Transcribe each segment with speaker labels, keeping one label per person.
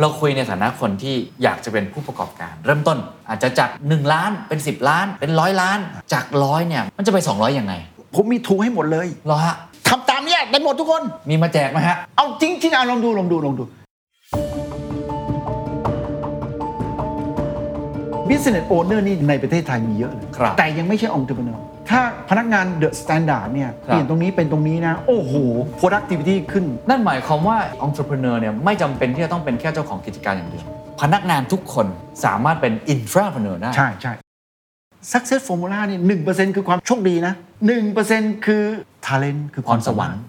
Speaker 1: เราคุยในฐานะคนที่อยากจะเป็นผู้ประกอบการ เริ่มต้นอาจจะจาก 1 ล้านเป็น 10 ล้าน เป็นร้อยล้าน จากร้อยเนี่ยมันจะไป 200ยังไง
Speaker 2: ผมมีทูให้หมดเลย
Speaker 1: เหรอฮะ
Speaker 2: ทำตามเนี่ยได้หมดทุกคน
Speaker 1: มีมาแจกไหมฮะ
Speaker 2: เอาจริงๆเอาลองดูลองดูลองดู Business Owner นี่ในประเทศไทยมีเยอะเลย
Speaker 1: ครับ
Speaker 2: แต่ยังไม่ใช่ Entrepreneur ถ้าพนักงาน The Standard เนี่ย
Speaker 1: ครับ
Speaker 2: เปลี่ยนตรงนี้เป็นตรงนี้นะ โอ้โห productivity ขึ้น
Speaker 1: นั่นหมายความว่า entrepreneur เนี่ยไม่จำเป็นที่จะต้องเป็นแค่เจ้าของกิจการอย่างเดียว พนักงานทุกคนสามารถเป็น intrapreneur ได้
Speaker 2: ใช่ใช่ Success Formula นี่หนึ่งเปอร์เซ็นต์คือความโชคดีนะหนึ่งเปอร์เซ็นต์คือ talent คือความสวรรค์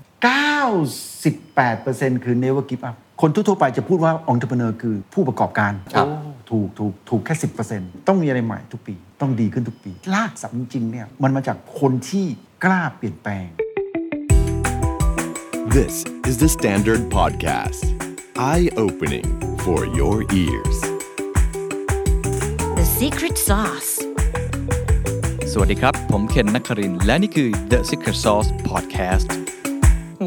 Speaker 2: 98เปอร์เซ็นต์คือ never give up คนทั่วๆไปจะพูดว่า entrepreneur คือผู้ประกอบการ
Speaker 1: ครับ
Speaker 2: โอ้ถูกถูกถูกแค่ 10%ต้องมีอะไรใหม่ทุกปี ต้องดีขึ้นทุกปีลากสับจริงๆเนี่ยมันมาจากคนที่กล้าเปลี่ยนแปลง
Speaker 3: This is the Standard Podcast. Eye opening for your ears.
Speaker 4: The secret sauce.
Speaker 5: สวัสดีครับ ผมเคนนักครินทร์และนี่คือ The Secret Sauce Podcast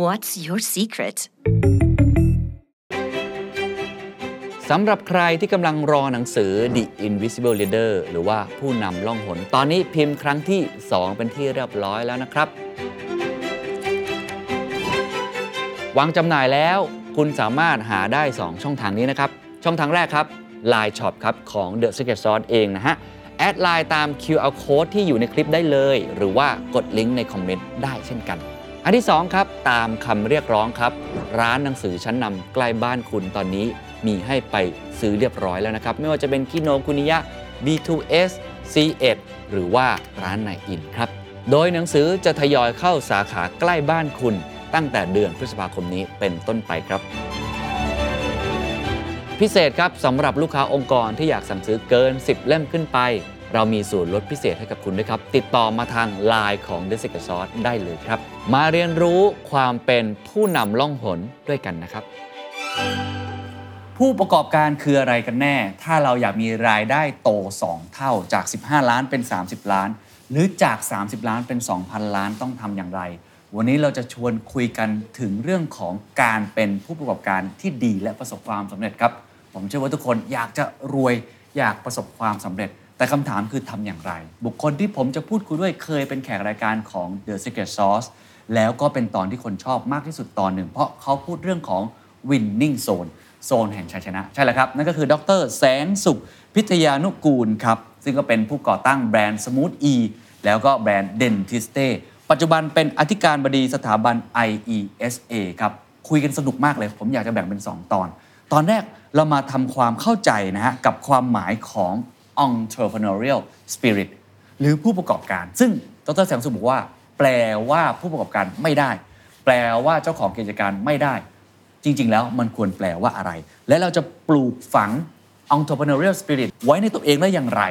Speaker 4: What's your secret?
Speaker 1: สำหรับใครที่กำลังรอหนังสือ The Invisible Leader หรือว่าผู้นำล่องหน ตอนนี้พิมพ์ครั้งที่ 2 เป็นที่เรียบร้อยแล้วนะครับ วางจำหน่ายแล้ว คุณสามารถหาได้ 2 ช่องทางนี้นะครับ ช่องทางแรกครับ Line Shop ครับ ของ The Secret Sauce เองนะฮะ แอดไลน์ตาม QR Code ที่อยู่ในคลิปได้เลย หรือว่ากดลิงก์ในคอมเมนต์ได้เช่นกัน อันที่ 2 ครับ ตามคำเรียกร้องครับ ร้านหนังสือชั้นนำใกล้บ้านคุณตอนนี้ มีให้ไปซื้อเรียบร้อยแล้วนะครับ ไม่ว่าจะเป็นคิโนคุนิยะ B2S C1 หรือว่าร้านไหนอินครับ โดยหนังสือจะทยอยเข้าสาขาใกล้บ้านคุณ ตั้งแต่เดือนพฤษภาคมนี้เป็นต้นไปครับ พิเศษครับสำหรับลูกค้าองค์กรที่อยากสั่งซื้อเกิน 10 เล่มขึ้นไป เรามีส่วนลดพิเศษให้กับคุณด้วยครับ ติดต่อมาทาง Line ของ d e s i c r e t Sauce ได้เลยครับ มาเรียนรู้ความเป็นผู้นำล่องหนด้วยกันนะครับ ผู้ประกอบการคืออะไรกันแน่ ถ้าเราอยากมีรายได้โต 2 เท่าจาก 15 ล้านเป็น 30 ล้าน หรือจาก 30 ล้านเป็น 2,000 ล้านต้องทำอย่างไร วันนี้เราจะชวนคุยกันถึงเรื่องของการเป็นผู้ประกอบการที่ดีและประสบความสำเร็จครับ ผมเชื่อว่าทุกคนอยากจะรวยอยากประสบความสำเร็จ แต่คำถามคือทำอย่างไร บุคคลที่ผมจะพูดคุยด้วยเคยเป็นแขกรายการของ The Secret Sauce แล้วก็เป็นตอนที่คนชอบมากที่สุดตอนหนึ่ง เพราะเขาพูดเรื่องของ Winning Zone โซนแห่งชัยชนะ ใช่แล้วครับ นั่นก็คือดรแสนสุข พิทยานุกูลครับ ซึ่งก็เป็นผู้ก่อตั้งแบรนด์สมูทอีแล้วก็แบรนด์เดนทิสเตปัจจุบันเป็นอธิการบดีสถาบัน IESA ครับ คุยกันสนุกมากเลย ผมอยากจะแบ่งเป็น 2 ตอน ตอนแรกเรามาทำความเข้าใจนะฮะ กับความหมายของ entrepreneurial spirit หรือผู้ประกอบการ ซึ่งดรแสงสุขบอกว่า แปลว่าผู้ประกอบการไม่ได้ แปลว่าเจ้าของกิจการไม่ได้ จริง ๆ แล้วมันควรแปลว่าอะไร และเราจะปลูกฝัง entrepreneurial spirit ไว้ในตัวเองได้อย่างไร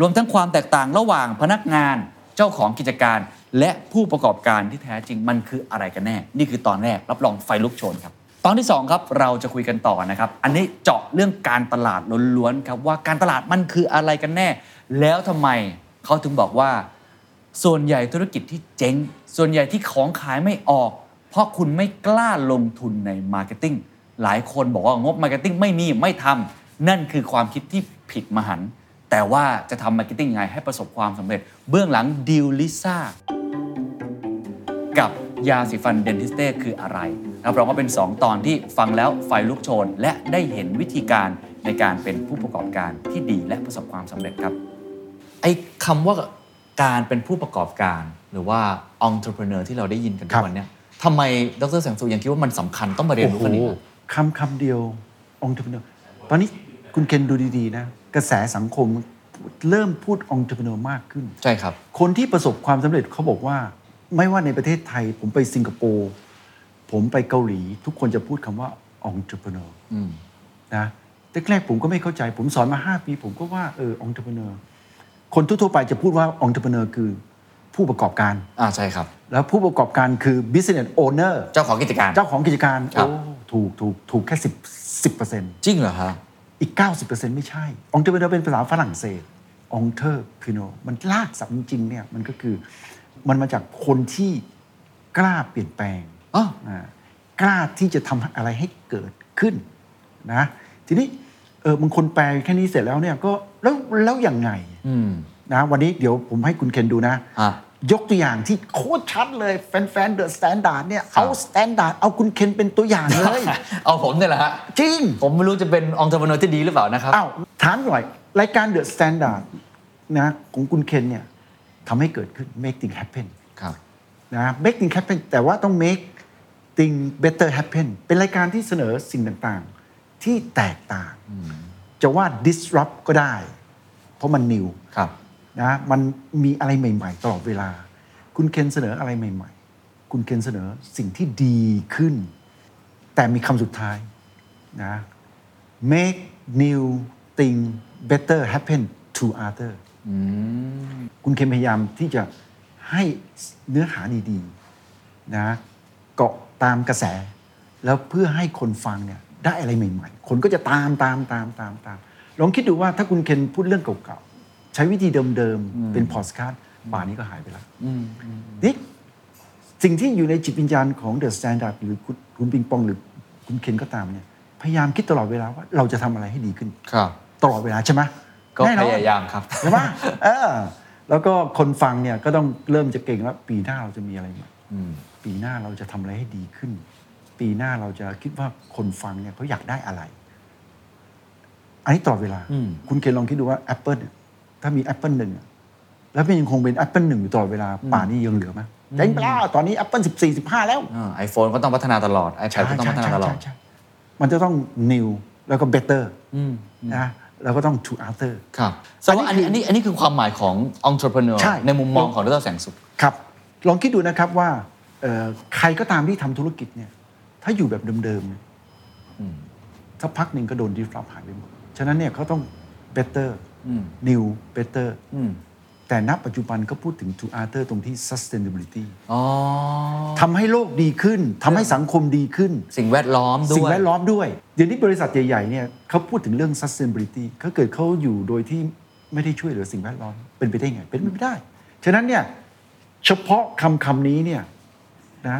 Speaker 1: รวมทั้งความแตกต่างระหว่างพนักงานเจ้าของกิจการ และผู้ประกอบการที่แท้จริงมันคืออะไรกันแน่ นี่คือตอนแรกรับรองไฟลุกโชนครับ ตอนที่ 2 ครับ เราจะคุยกันต่อนะครับ อันนี้เจาะเรื่องการตลาดล้วนๆครับว่าการตลาดมันคืออะไรกันแน่ แล้วทำไมเขาถึงบอกว่า ส่วนใหญ่ธุรกิจที่เจ๊ง ส่วนใหญ่ที่ของขายไม่ออก เพราะคุณไม่กล้าลงทุนในมาร์เก็ตติ้ง หลายคนบอกว่างบมาร์เก็ตติ้งไม่มีไม่ทำ นั่นคือความคิดที่ผิดมหันต์แต่ว่าจะทำมาร์เก็ตติ้งยังไงให้ประสบความสำเร็จ เบื้องหลังดิลลิซ่า กับยาสีฟันเดนทิสเต้คืออะไรรับรองว่าเป็น 2 ตอนที่ฟังแล้วไฟลุกโชน และได้เห็นวิธีการในการเป็นผู้ประกอบการที่ดีและประสบความสำเร็จครับ ไอ้คำว่าการเป็นผู้ประกอบการ หรือว่า entrepreneur ที่เราได้ยินกันทุ
Speaker 2: ครั
Speaker 1: ก
Speaker 2: บ
Speaker 1: วันเนี่ยทำไมดรแสงสุยังคิดว่ามันสำคัญต้องมาเรียนรู้กันอีกอะ
Speaker 2: โอ้โหคำคำเดียว entrepreneur ตอนนี้คุณเคนดูดีๆนะ กระแสสังคมเริ่มพูด entrepreneur มากขึ้น
Speaker 1: ใช่ครับ
Speaker 2: คนที่ประสบความสำเร็จเขาบอกว่า ไม่ว่าในประเทศไทย ผมไปสิงคโปร์ผมไปเกาหลี ทุกคนจะพูดคำว่า entrepreneur
Speaker 1: อืม
Speaker 2: นะแต่แรกๆผมก็ไม่เข้าใจ ผมสอนมา 5 ปี ผมก็ว่าเออ entrepreneur คนทั่วๆไปจะพูดว่า entrepreneur คือผู้ประกอบการ
Speaker 1: อ่าใช่ครับ
Speaker 2: แล้วผู้ประกอบการคือ business owner
Speaker 1: เจ้าของกิจการ
Speaker 2: เจ้าของกิจการ
Speaker 1: ครับ
Speaker 2: โอ้ถูกถูกถูกแค่10 10%
Speaker 1: จริงเหรอฮะ
Speaker 2: อีก 90%ไม่ใช่ entrepreneur เป็นภาษาฝรั่งเศส entrepreneur มันลากศัพท์จริงๆเนี่ยมันก็คือมันมาจากคนที่กล้าเปลี่ยนแปลง
Speaker 1: อ๋อ
Speaker 2: นะกล้าที่จะทำอะไรให้เกิดขึ้นนะ ทีนี้เออบางคนแปลแค่นี้เสร็จแล้วเนี่ยก็แล้วแล้วยังไง
Speaker 1: อืม
Speaker 2: นะวันนี้เดี๋ยวผมให้คุณเคนดูนะ
Speaker 1: อ่ะ
Speaker 2: ยกตัวอย่างที่โคตรชัดเลยแฟนๆเดอะสแตนดาร์ดเนี่ยเอาสแตนดาร์ดเอาคุณเคนเป็นตัวอย่างเลย
Speaker 1: เอาผมเนี่ยแหละฮะ
Speaker 2: จริง
Speaker 1: ผมไม่รู้จะเป็นองค์ประกอบที่ดีหรือเปล่านะครับ
Speaker 2: อ้าวถามหน่อย รายการเดอะสแตนดาร์ดนะของคุณเคนเนี่ยทำให้เกิดขึ้น make thing happen
Speaker 1: ครับ
Speaker 2: นะ make thing happen แต่ว่าต้อง make thing better happen เป็นรายการที่เสนอสิ่งต่างๆ ที่แตกต่าง จะว่า disrupt ก็ได้ เพราะมัน new
Speaker 1: ครับ
Speaker 2: นะมันมีอะไรใหม่ ๆ ตลอดเวลา คุณเคนเสนออะไรใหม่ ๆ คุณเคนเสนอสิ่งที่ดีขึ้น แต่มีคำสุดท้ายนะ make new thing better happen to other คุณเคนพยายามที่จะให้เนื้อหาดีๆนะเกาะตามกระแส แล้วเพื่อให้คนฟังเนี่ยได้อะไรใหม่ๆ คนก็จะตามตามตามตามตามลองคิดดูว่าถ้าคุณเคนพูดเรื่องเก่าๆ ใช้วิธีเดิมๆ เป็นพอดคาสต์ป่านนี้ก็หายไปแล้วนี่สิ่งที่อยู่ในจิตวิญญาณของเดอะสแตนดาร์ดหรือคุณคุณปิงปองหรือคุณเคนก็ตามเนี่ยพยายามคิดตลอดเวลาว่าเราจะทำอะไรให้ดีขึ้น
Speaker 1: ครับ
Speaker 2: ตลอดเวลาใช่ไหม
Speaker 1: ก็
Speaker 2: แน่น
Speaker 1: พ
Speaker 2: อน
Speaker 1: ยายามครับ
Speaker 2: ใช่ไหมเออ แล้วก็คนฟังเนี่ยก็ต้องเริ่มจะเก่งแล้ว ปีหน้าเราจะมีอะไรใหม่
Speaker 1: อืม
Speaker 2: ปีหน้าเราจะทำอะไรให้ดีขึ้น ปีหน้าเราจะคิดว่าคนฟังเนี่ยเขาอยากได้อะไร อันนี้ตลอดเวลา
Speaker 1: อืม
Speaker 2: คุณเคนลองคิดดูว่า Apple เนี่ยถ้ามี Apple หนึ่งอะแล้วมันยังคงเป็น Apple หนึ่งอยู่ตลอดเวลา ป่านี้ยังเหลือไหมเจ๊งไปแล้วตอนนี้ Apple 14 15 แล้ว
Speaker 1: ไอโฟนก็ต้องพัฒนาตลอด
Speaker 2: ใช่
Speaker 1: iPad ก็ต้องพัฒ
Speaker 2: ใช่ใช่
Speaker 1: นาตลอด
Speaker 2: ใช่ใช่มันจะต้อง new แล้วก็ better
Speaker 1: อืม
Speaker 2: นะแล้วก็ต้อง to other
Speaker 1: ครับแต่ว่าอันนี้อันนี้อันนี้คือความหมายของ entrepreneur
Speaker 2: ใช่
Speaker 1: ในมุมมองของดรแสงสุข
Speaker 2: ครับ ลองคิดดูนะครับว่าเอ่อใครก็ตามที่ทำธุรกิจเนี่ย ถ้าอยู่แบบเดิมๆเนี่ยสักพักหนึ่งก็โดนดิฟรับหายไปหมด ฉะนั้นเนี่ยเขาต้อง better
Speaker 1: อืม
Speaker 2: new better
Speaker 1: อืม
Speaker 2: แต่ณปัจจุบันก็พูดถึง to other ตรงที่ sustainability
Speaker 1: อ๋อ
Speaker 2: ทำให้โลกดีขึ้นทำให้สังคมดีขึ้น
Speaker 1: สิ่งแวดล้อมด้วย
Speaker 2: สิ่งแวดล้อมด้วย เดี๋ยวนี้บริษัทใหญ่ๆเนี่ยเขาพูดถึงเรื่อง sustainability เขาเกิดเขาอยู่โดยที่ไม่ได้ช่วยเหลือสิ่งแวดล้อม เป็นไปได้ไง เป็นไปไม่ได้ ฉะนั้นเนี่ยเฉพาะคำคำนี้เนี่ยนะ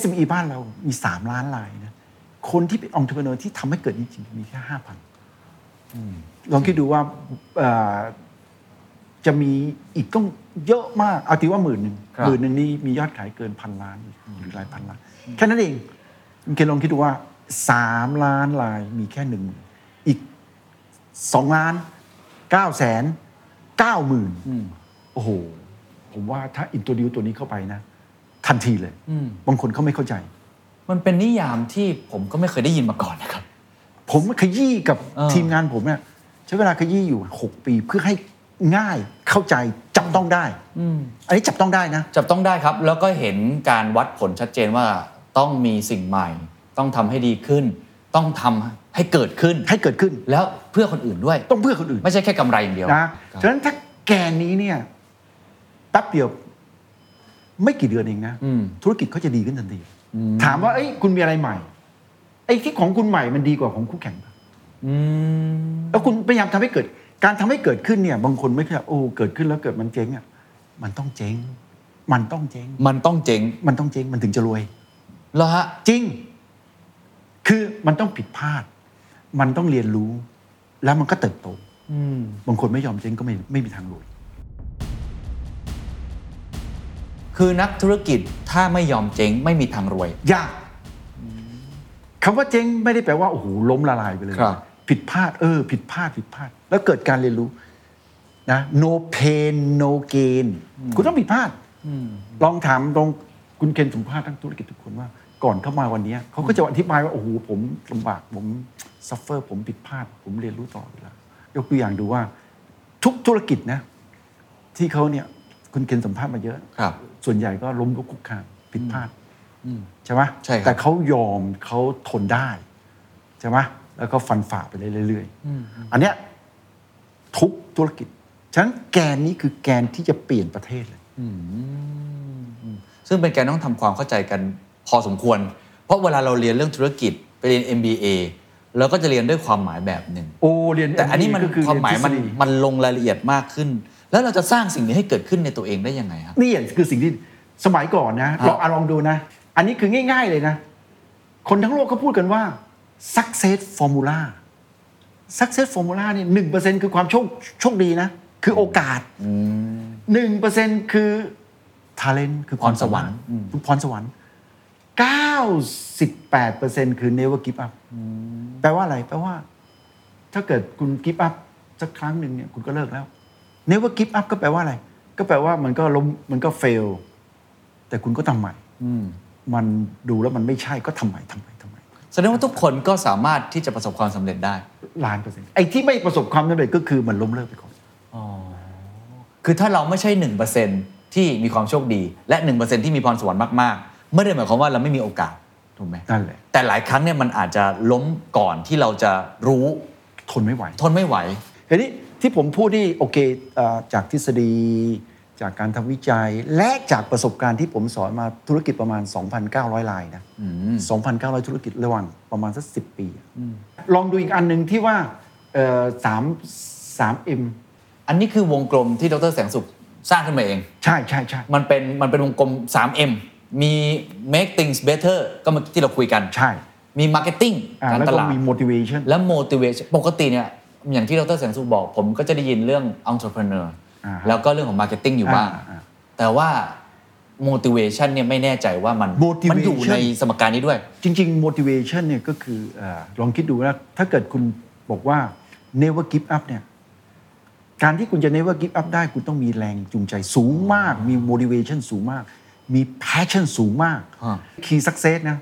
Speaker 2: SME บ้านเรามี 3 ล้านรายนะ คนที่เป็นองค์ประกอบที่ทำให้เกิดนี้จริงมีแค่ห้าพันลองคิดดูว่าเอ่อจะมีอีกต้องเยอะมาก เอาทีว่าหมื่นหนึ่ง
Speaker 1: ครับ
Speaker 2: หมื่นหนึ่งนี่มียอดขายเกินพันล้านหรือหลายพันล้าน แค่นั้นเองคุณเคนลองคิดดูว่าสามล้านรายมีแค่หนึ่งหมื่นอีกสองล้านเก้าแสนเก้าหมื่นโอ้โห ผมว่าถ้าอินตัวดิวตัวนี้เข้าไปนะ ทันทีเลย บางคนเขาไม่เข้าใจ
Speaker 1: มันเป็นนิยามที่ผมก็ไม่เคยได้ยินมาก่อนนะครับ
Speaker 2: ผมขยี้กับ
Speaker 1: เออ
Speaker 2: ทีมงานผมเนี่ยใช้เวลาขยี้อยู่ 6 ปีเพื่อให้ง่ายเข้าใจจับต้องได้อันนี้จับต้องได้นะ
Speaker 1: จับต้องได้ครับ แล้วก็เห็นการวัดผลชัดเจนว่าต้องมีสิ่งใหม่ ต้องทำให้ดีขึ้น ต้องทำให้เกิดขึ้น
Speaker 2: ให้เกิดขึ้น
Speaker 1: แล้วเพื่อคนอื่นด้วย
Speaker 2: ต้องเพื่อคนอื่น
Speaker 1: ไม่ใช่แค่กำไรอย่างเดียว
Speaker 2: นะครับ ฉะนั้นถ้าแกนนี้เนี่ยแป๊บเดียว ไม่กี่เดือนเองนะ
Speaker 1: อืม
Speaker 2: ธุรกิจเขาจะดีขึ้นทันที ถามว่าเอ้ยคุณมีอะไรใหม่ไอ้ที่ของคุณใหม่มันดีกว่าของคู่แข่งปะ
Speaker 1: อืม
Speaker 2: แล้วคุณพยายามทำให้เกิด การทำให้เกิดขึ้นเนี่ย บางคนไม่ใช่โอ้เกิดขึ้นแล้วเกิดมันเจ๊งอ่ะมันต้องเจ๊ง มันต้องเจ๊ง
Speaker 1: มันต้องเจ๋ง
Speaker 2: มันต้องเจ๊งมันถึงจะรวย
Speaker 1: แล้วฮะ
Speaker 2: จริง คือมันต้องผิดพลาด มันต้องเรียนรู้ แล้วมันก็เติบโต
Speaker 1: อืม
Speaker 2: บางคนไม่ยอมเจ๊งก็ไม่ไม่มีทางรวย
Speaker 1: คือนักธุรกิจถ้าไม่ยอมเจ๊งไม่มีทางรวย
Speaker 2: ยากคำว่าเจ๊งไม่ได้แปลว่าโอ้โหล้มละลายไปเลย
Speaker 1: ครับ
Speaker 2: ผิดพลาด เออ ผิดพลาดผิดพลาด แล้วเกิดการเรียนรู้นะ no pain no gain คุณต้องผิดพลาดลองถามตรงคุณเคนสัมภาษณ์ทั้งธุรกิจทุกคนว่า ก่อนเข้ามาวันเนี้ยเขาก็จะอธิบายว่าโอ้โหผมลำบากผมซัฟเฟอร์ผมผิดพลาด ผมเรียนรู้ตลอดเวลายกตัวอย่างดูว่า ทุกธุรกิจนะ ที่เขาเนี่ย คุณเคนสัมภาษณ์มาเยอะ
Speaker 1: ครับ
Speaker 2: ส่วนใหญ่ก็ล้มลุกคลุกคลานผิดพลาดใช่ไหม
Speaker 1: ใช่ครับ
Speaker 2: แต่เขายอมเขาทนได้ใช่ไหมแล้วก็ฟันฝ่าไปเรื่อยๆอันเนี้ยทุกธุรกิจ ฉะนั้นแกนนี้คือแกนที่จะเปลี่ยนประเทศเลย
Speaker 1: ซึ่งเป็นการต้องทำความเข้าใจกันพอสมควร เพราะเวลาเราเรียนเรื่องธุรกิจไปเรียน MBA เราก็จะเรียนด้วยความหมายแบบหนึ่ง
Speaker 2: โอ้เรียน
Speaker 1: แต่อันนี้มัน
Speaker 2: ก็คือ
Speaker 1: ความหมายมัน
Speaker 2: เรีทฤษฎี
Speaker 1: มันลงรายละเอียดมากขึ้น แล้วเราจะสร้างสิ่งนี้ให้เกิดขึ้นในตัวเองได้ยังไงครับ
Speaker 2: นี่คือสิ่งที่สมัยก่อนนะ
Speaker 1: ฮะ
Speaker 2: ลองอ่ะลองดูนะ อันนี้คือง่าย ๆเลยนะ คนทั้งโลกก็พูดกันว่า success formula success formula เนี่ยหนึ่งเปอร์เซ็นคือความโชคโชคดีนะ คือโอกาสหนึ่งเปอร์เซ็นคือ talent คือพรสวรรค์คือพรสวรรค์เก้าสิบแปดเปอร์เซ็นคือ never give up แปลว่าอะไร แปลว่า ถ้าเกิดคุณ give up สักครั้งหนึ่งเนี่ยคุณก็เลิกแล้ว never give up ก็แปลว่าอะไร ก็แปลว่ามันก็ล้มมันก็ fail แต่คุณก็ทำใหม่ มันดูแล้วมันไม่ใช่ก็ทำใหม่ทำใหม่ทำใหม่
Speaker 1: แสดงว่าทุกคนก็สามารถที่จะประสบความสำเร็จได้
Speaker 2: ล้านเปอร์เซ็นต์ไอ้ที่ไม่ประสบความสำเร็จก็คือมันล้มเลิกไปก่อน
Speaker 1: คือถ้าเราไม่ใช่ 1%ที่มีความโชคดี และ 1%ที่มีพรสวรรค์มากๆ ไม่ได้หมายความว่าเราไม่มีโอกาส ถูกไหม
Speaker 2: นั่นแหละ
Speaker 1: แต่หลายครั้งเนี่ยมันอาจจะล้มก่อนที่เราจะรู้
Speaker 2: ทนไม่ไหว
Speaker 1: ทนไม่ไหว
Speaker 2: ทีนี้ที่ผมพูดนี่โอเคเอ่อจากทฤษฎี จากการทำวิจัย และจากประสบการณ์ที่ผมสอนมาธุรกิจประมาณ 2,900 ลายนะ 2,900 ธุรกิจระหว่างประมาณสักสิปี ลองดูอีกอันหนึ่งที่ว่าเอ่อสามสามเอ็ม
Speaker 1: อันนี้คือวงกลมที่ดรแสงสุขสร้างขึ้นมาเอง
Speaker 2: ใช่ใช่ใช่
Speaker 1: มันเป็นมันเป็นวงกลม 3M มี make things better ก็เมื่อกี้ที่เราคุยกัน
Speaker 2: ใช่
Speaker 1: มี marketing
Speaker 2: อ่า
Speaker 1: การ
Speaker 2: แล้ว
Speaker 1: ต
Speaker 2: ก็
Speaker 1: ลาด
Speaker 2: มี motivation
Speaker 1: และ motivation ปกติเนี่ยอย่างที่ดรแสงสุขบอก ผมก็จะได้ยินเรื่อง entrepreneur
Speaker 2: อ่าฮะ
Speaker 1: แล้วก็เรื่องของ marketing อยู่บ้าง
Speaker 2: อ่าอ่า
Speaker 1: แต่ว่า motivation เนี่ยไม่แน่ใจว่ามัน
Speaker 2: motivation
Speaker 1: มัอยู่ในสมการนี้ด้วย
Speaker 2: จริง ๆ motivation เนี่ยก็คือเออลองคิดดูนะถ้าเกิดคุณบอกว่า never give up เนี่ย การที่คุณจะ never give up ได้คุณต้องมีแรงจูงใจสูงมาก มี motivation สูงมาก มี passion สูงมาก
Speaker 1: ฮะ
Speaker 2: key success นะ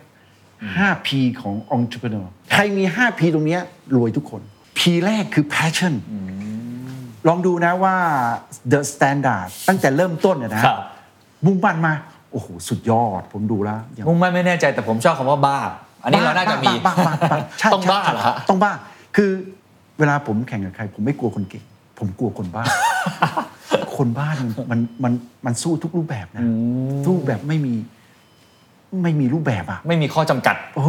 Speaker 2: 5 P ของ entrepreneur ใครมี 5 P ตรงเนี้ยรวยทุกคน P แรกคือ passion ลองดูนะว่า The Standard ตั้งแต่เริ่มต้นเนยนะครับ มุ่งมั่นมา โอ้โห สุดยอด ผมดูแล้วอย่าง
Speaker 1: มุ่งมั่นไม่แน่ใจแต่ผมชอบคำว่าบ้า อันนี้เราน่าจะมี
Speaker 2: บ้าบ้าบ้าบ้าใช่
Speaker 1: ต้องบ้า
Speaker 2: ใช่
Speaker 1: เหรอฮะ
Speaker 2: ต้องบ้า คือเวลาผมแข่งกับใคร ผมไม่กลัวคนเก่ง ผมกลัวคน บ้า คนบ้ามันมันมันมันสู้ทุกรูปแบบนะทุกรูปแบบไม่มีไม่มีรูปแบบอ่ะ
Speaker 1: ไม่มีข้อจำกัด
Speaker 2: โอ้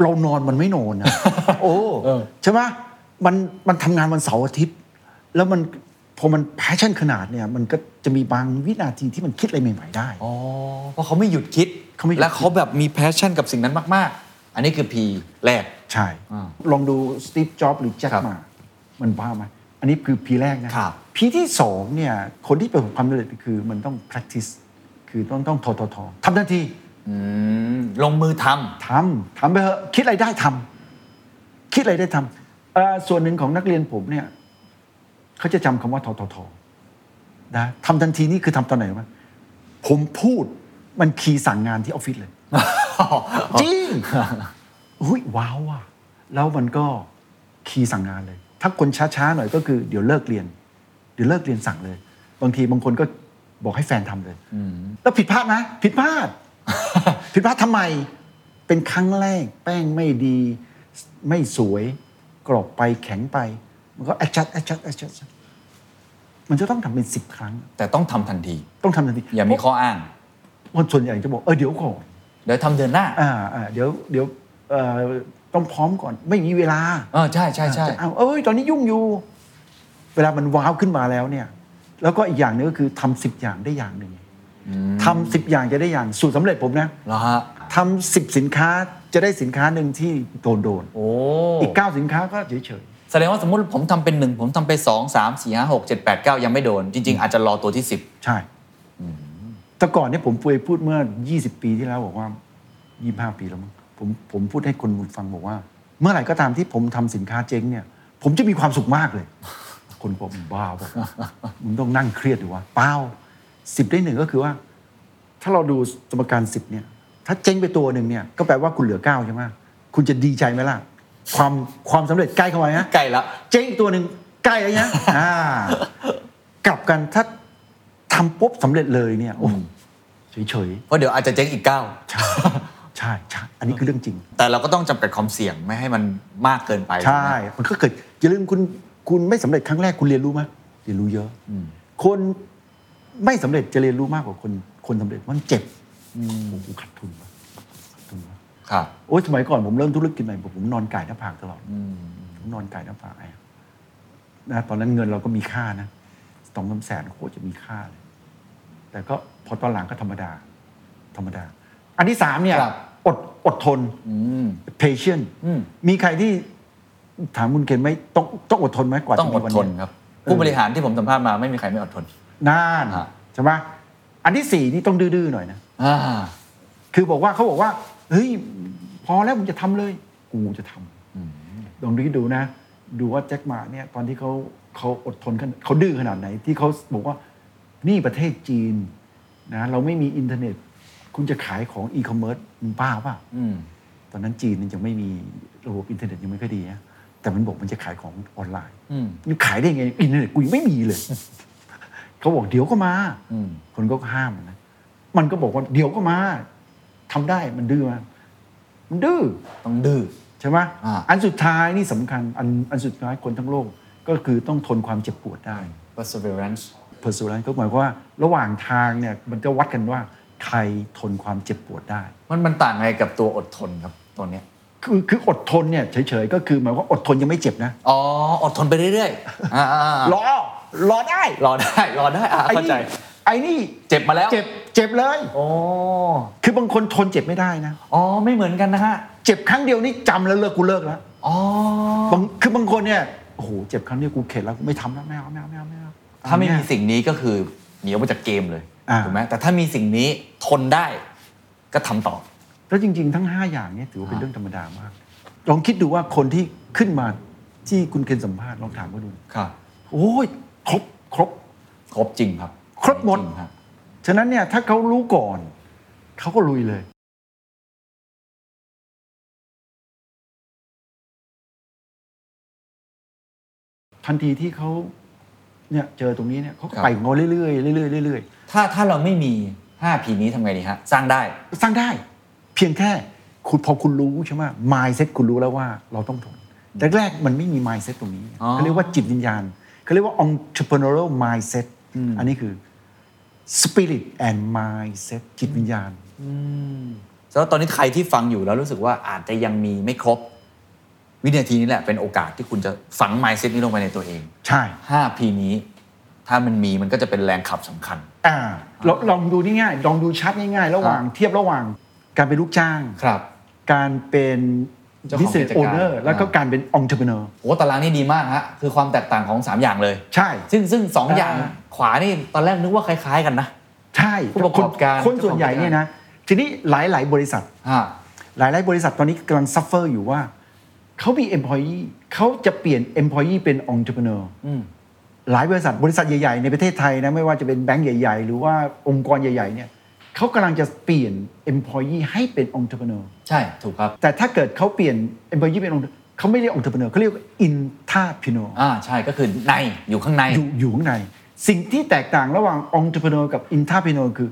Speaker 2: เรานอนมันไม่นอนนะ โอ้
Speaker 1: เออ
Speaker 2: ใช่ไหมมันมันทำงานวันเสาร์อาทิตย์ แล้วมันพอมันแพชชั่นขนาดเนี่ย มันก็จะมีบางวินาทีที่มันคิดอะไรใหม่ๆได้
Speaker 1: อ๋อเพราะเขาไม่หยุดคิด
Speaker 2: เขาไม่หยุดคิด
Speaker 1: และเขาแบบมี passion กับสิ่งนั้นมาก ๆ อันนี้คือ P แรก
Speaker 2: ใช่
Speaker 1: อ่า
Speaker 2: ลองดูสตีฟจ็อบหรือแจ็ค
Speaker 1: ครับ
Speaker 2: มา มันบ้าไหมอันนี้คือพีแรกนะครับ พีที่สองเนี่ย คนที่ประสบความสำเร็จคือมันต้อง practice คือต้องต้องทอทอทอทำทันที
Speaker 1: อืมลงมือทำ
Speaker 2: ทำทำไปเถอะคิดอะไรได้ทำคิดอะไรได้ทำเอ่อส่วนหนึ่งของนักเรียนผมเนี่ย เขาจะจำคำว่าทอทอทอนะทำทันทีนี่คือทำตอนไหนวะผมพูดมันคีย์สั่งงานที่ออฟฟิศเลย จริง หุ้ยว้าวอ่ะ แล้วมันก็คีย์สั่งงานเลย ถ้าคนช้าๆหน่อยก็คือเดี๋ยวเลิกเรียน เดี๋ยวเลิกเรียนสั่งเลย บางทีบางคนก็บอกให้แฟนทำเลยแล้วผิดพลาดนะผิดพลาด ผิดพลาดทำไม เป็นครั้งแรก แป้งไม่ดี ไม่สวย กรอบไปแข็งไป มันก็ adjust adjust adjust มันจะต้องทำเป็นสิบครั้ง
Speaker 1: แต่ต้องทำทันที
Speaker 2: ต้องทำทันที
Speaker 1: อย่ามีข้ออ้าง
Speaker 2: คนส่วนใหญ่จะบอกเออเดี๋ยวก่อน
Speaker 1: เดี๋ยวทำเดือนหน้า
Speaker 2: อ่าอ่าเดี๋ยวเดี๋ยวเอ่อต้องพร้อมก่อนไม่มีเวลา
Speaker 1: เออใช่ใช่ใช่
Speaker 2: จะเอาเอ้ยตอนนี้ยุ่งอยู่ เวลามันว้าวขึ้นมาแล้วเนี่ย แล้วก็อีกอย่างหนึงก็คือทำสิบอย่างได้อย่างหนึ่งทำสิบอย่างจะได้อย่างสูตรสำเร็จผมนะ
Speaker 1: เหรอฮะ
Speaker 2: ทำสิบสินค้าจะได้สินค้าหนึ่งที่โดนโดน
Speaker 1: โอ้
Speaker 2: อีกเก้าสินค้าก็เฉยเฉย
Speaker 1: แสดงว่าสมมติผมทำเป็นหนึ่งผมทำไปสองสามสี่ห้าหกเจ็ดแปดเก้ายังไม่โดน จริง ๆ อาจจะรอตัวที่สิบ
Speaker 2: ๆใช่แต่ก่อนเนี่ยผมเคยพูดเมื่อ 20 ปีที่แล้วบอกว่า 25 ปีแล้วมั้งผมผมพูดให้คนฟังบอกว่า เมื่อไหร่ก็ตามที่ผมทำสินค้าเจ๊งเนี่ย ผมจะมีความสุขมากเลย คนบอกมึงบ้าบอก มึงต้องนั่งเครียดอยู่วะเปล่าสิบได้หนึ่งก็คือว่า ถ้าเราดูสมการสิบเนี่ย ถ้าเจ๊งไปตัวหนึ่งเนี่ย ก็แปลว่าคุณเหลือเก้าใช่ไหมคุณจะดีใจไหมล่ะ ความความสำเร็จใกล้เข้ามานะ
Speaker 1: ใกล้ละ
Speaker 2: เจ๊งอีกตัวหนึ่งใกล้แล้ว นะ อ่ากลับกันถ้าทำปุ๊บสำเร็จเลยเนี่ยโอ้เฉยเฉย
Speaker 1: เพราะเดี๋ยวอาจจะเจ๊งอีกเก้า
Speaker 2: ๆใช่ใช่ใช่อันนี้คือเรื่องจริง
Speaker 1: แต่เราก็ต้องจำกัดความเสี่ยงไม่ให้มันมากเกินไป
Speaker 2: ใช่ มันก็เกิดอย่าลืมคุณคุณไม่สำเร็จครั้งแรกคุณเรียนรู้ไหมเรียนรู้เยอะ คนไม่สำเร็จจะเรียนรู้มากกว่าคนคนสำเร็จมันเจ็บโอ้โหขาดทุนวะขาดทุนวะ
Speaker 1: ครับ
Speaker 2: โอ้ยสมัยก่อนผมเริ่มธุรกิจใหม่ผมผมนอนไก่หน้าผากตลอดผมนอนไก่หน้าผากไอ้อะนะตอนนั้นเงินเราก็มีค่านะสองสามแสนโคตรจะมีค่าเลย แต่ก็พอตอนหลังก็ธรรมดา ธรรมดา อันที่สามเนี่ย
Speaker 1: ครับ
Speaker 2: อดอดทน patient มีใครที่ถามคุณเคนไหมต้องต้องอดทนไหมกว่าจะ
Speaker 1: ต้องอ
Speaker 2: มี
Speaker 1: ด
Speaker 2: วัน
Speaker 1: ทน
Speaker 2: เนี้ย
Speaker 1: ครับ ผู้บริหารที่ผมสัมภาษณ์มาไม่มีใครไม่อดทน
Speaker 2: น่าน
Speaker 1: ฮะ
Speaker 2: ใช่ไหมอันที่สี่นี่ต้องดื้อๆหน่อยนะ
Speaker 1: อ่า
Speaker 2: คือบอกว่าเขาบอกว่าเฮ้ยพอแล้วผมจะทำเลยกูจะทำลองดูคิดดูนะ ดูว่าแจ็คหมาเนี่ยตอนที่เขาเขาอดทนขนาดเขาดื้อขนาดไหน ที่เขาบอกว่านี่ประเทศจีนนะเราไม่มีอินเทอร์เน็ต คุณจะขายของอีคอมเมิร์ซมึงบ้าเปล่า
Speaker 1: อืม
Speaker 2: ตอนนั้นจีนมันยังไม่มีระบบอินเทอร์เน็ตยังไม่ค่อยดีนะแต่มันบอกมันจะขายของออนไลน์
Speaker 1: อืม
Speaker 2: มันขายได้ไงอินเทอร์เน็ตกูยังไม่มีเลย เขาบอกเดี๋ยวก็มา
Speaker 1: อืม
Speaker 2: คนก็ห้ามนะ มันก็บอกว่าเดี๋ยวก็มาทำได้มันดื้อมากมันดื้อ
Speaker 1: ต้องดื้อ
Speaker 2: ใช่ไหม
Speaker 1: อ่า
Speaker 2: อันสุดท้ายนี่สำคัญอันอันสุดท้ายคนทั้งโลก ก็คือต้องทนความเจ็บปวดได้
Speaker 1: perseverance
Speaker 2: perseverance ก็หมายความว่าระหว่างทางเนี่ยมันจะวัดกันว่า ใครทนความเจ็บปวดได้
Speaker 1: มันมันต่างไงกับตัวอดทนครับตัวเนี้ย
Speaker 2: คือคืออดทนเนี่ยเฉยๆก็คือหมายความว่าอดทนยังไม่เจ็บนะ
Speaker 1: อ๋อ อดทนไปเรื่อยๆอ่าอ่าอ่าร
Speaker 2: อรอได้
Speaker 1: รอได้ รอได้อ่า
Speaker 2: ไอ้
Speaker 1: เข้าใจ
Speaker 2: นี่ไอ้นี่
Speaker 1: เจ็บมาแล้ว
Speaker 2: เจ็บเจ็บเลย
Speaker 1: โอ้
Speaker 2: คือบางคนทนเจ็บไม่ได้นะ
Speaker 1: อ๋อ ไม่เหมือนกันนะฮะ
Speaker 2: เจ็บครั้งเดียวนี่จำแล้วเลิกกูเลิกแล้ว
Speaker 1: อ๋อบ
Speaker 2: างคือบางคนเนี่ยโอ้โหเจ็บครั้งเดียวกูเข็ดแล้วกูไม่ทำแล้วไม่เอาไม่เอาไม่เอาไม่เอา
Speaker 1: ถ้าไม่มี
Speaker 2: เอเนี่ย
Speaker 1: สิ่งนี้ก็คือหนีออกมาจากเกมเลย
Speaker 2: อ่า
Speaker 1: ถูกไหมแต่ถ้ามีสิ่งนี้ทนได้ ก็ทำต่อ
Speaker 2: แล้วจริง ๆ ทั้ง 5 อย่างเนี่ยถือว่าเป็นเรื่องธรรมดามาก ลองคิดดูว่าคนที่ขึ้นมาที่คุณเคนสัมภาษณ์ลองถามเขาดู
Speaker 1: ครับ
Speaker 2: โอ้ยครบครบ
Speaker 1: ครบจริงครับ
Speaker 2: ครบหมด
Speaker 1: จงครับ
Speaker 2: ฉะนั้นเนี่ยถ้าเขารู้ก่อนเขาก็ลุยเลยทันทีที่เขาเนี่ยเจอตรงนี้เนี่ยเขาก็
Speaker 1: ครับ
Speaker 2: ไปของเขาเรื่อยๆเรื่อยๆเรื่อยๆ
Speaker 1: ถ้าถ้าเราไม่มี 5 พีนี้ทำไงดีฮะ สร้างได้
Speaker 2: สร้างได้เพียงแค่คุณพอคุณรู้ใช่ไหม mindset คุณรู้แล้วว่าเราต้องทนแต่แรกๆมันไม่มี mindset ตรงนี้
Speaker 1: อ๋อ
Speaker 2: เขาเรียกว่าจิตวิญญาณเขาเรียกว่า entrepreneurial mindset อันนี้คือ spirit and mindset จิตวิญญาณ
Speaker 1: สำหรับตอนนี้ใครที่ฟังอยู่แล้วรู้สึกว่าอาจจะยังมีไม่ครบ วินาทีนี้แหละเป็นโอกาสที่คุณจะฝัง mindset นี้ลงไปในตัวเอง
Speaker 2: ใช่
Speaker 1: 5 พีนี้ ถ้ามันมีมันก็จะเป็นแรงขับสำคัญ
Speaker 2: อ่าเราลองดูง่ายๆลองดูชัดง่ายๆ ระหว่างเทียบระหว่างการเป็นลูกจ้าง
Speaker 1: ครับ
Speaker 2: การเป็น
Speaker 1: เจ้าของกิจการ
Speaker 2: business owner แล้วก็การเป็น entrepreneur
Speaker 1: โอ้ตารางนี้ดีมากฮะ คือความแตกต่างของ 3 อย่างเลย
Speaker 2: ใช่
Speaker 1: ซึ่งซึ่งสองอย่าง
Speaker 2: อ่า
Speaker 1: ขวานี่ตอนแรกนึกว่าคล้าย ๆ กันนะ
Speaker 2: ใช่
Speaker 1: ผู้ประกอบการ
Speaker 2: คนคนส่วนใหญ่เนี่ยนะทีนี้หลายๆ บริษัท
Speaker 1: ฮะ
Speaker 2: หลาย ๆ บริษัทตอนนี้กำลังซัฟเฟอร์อยู่ว่า เขามี employee เขาจะเปลี่ยน employee เป็น entrepreneur
Speaker 1: อืม
Speaker 2: หลายบริษัทบริษัทใหญ่ ๆ ในประเทศไทยนะไม่ว่าจะเป็นแบงก์ใหญ่ ๆ หรือว่าองค์กรใหญ่ ๆ เนี่ยเขากำลังจะเปลี่ยน employee ให้เป็น entrepreneur
Speaker 1: ใช่ถูกครับ
Speaker 2: แต่ถ้าเกิดเขาเปลี่ยน employee เป็น entrepreneur เขาไม่เรียก entrepreneur เขาเรียก intrapreneur
Speaker 1: อ่าใช่ก็คือในอยู่ข้างใน
Speaker 2: อยู่อยู่ข้างใน สิ่งที่แตกต่างระหว่าง entrepreneur กับ intrapreneur คือ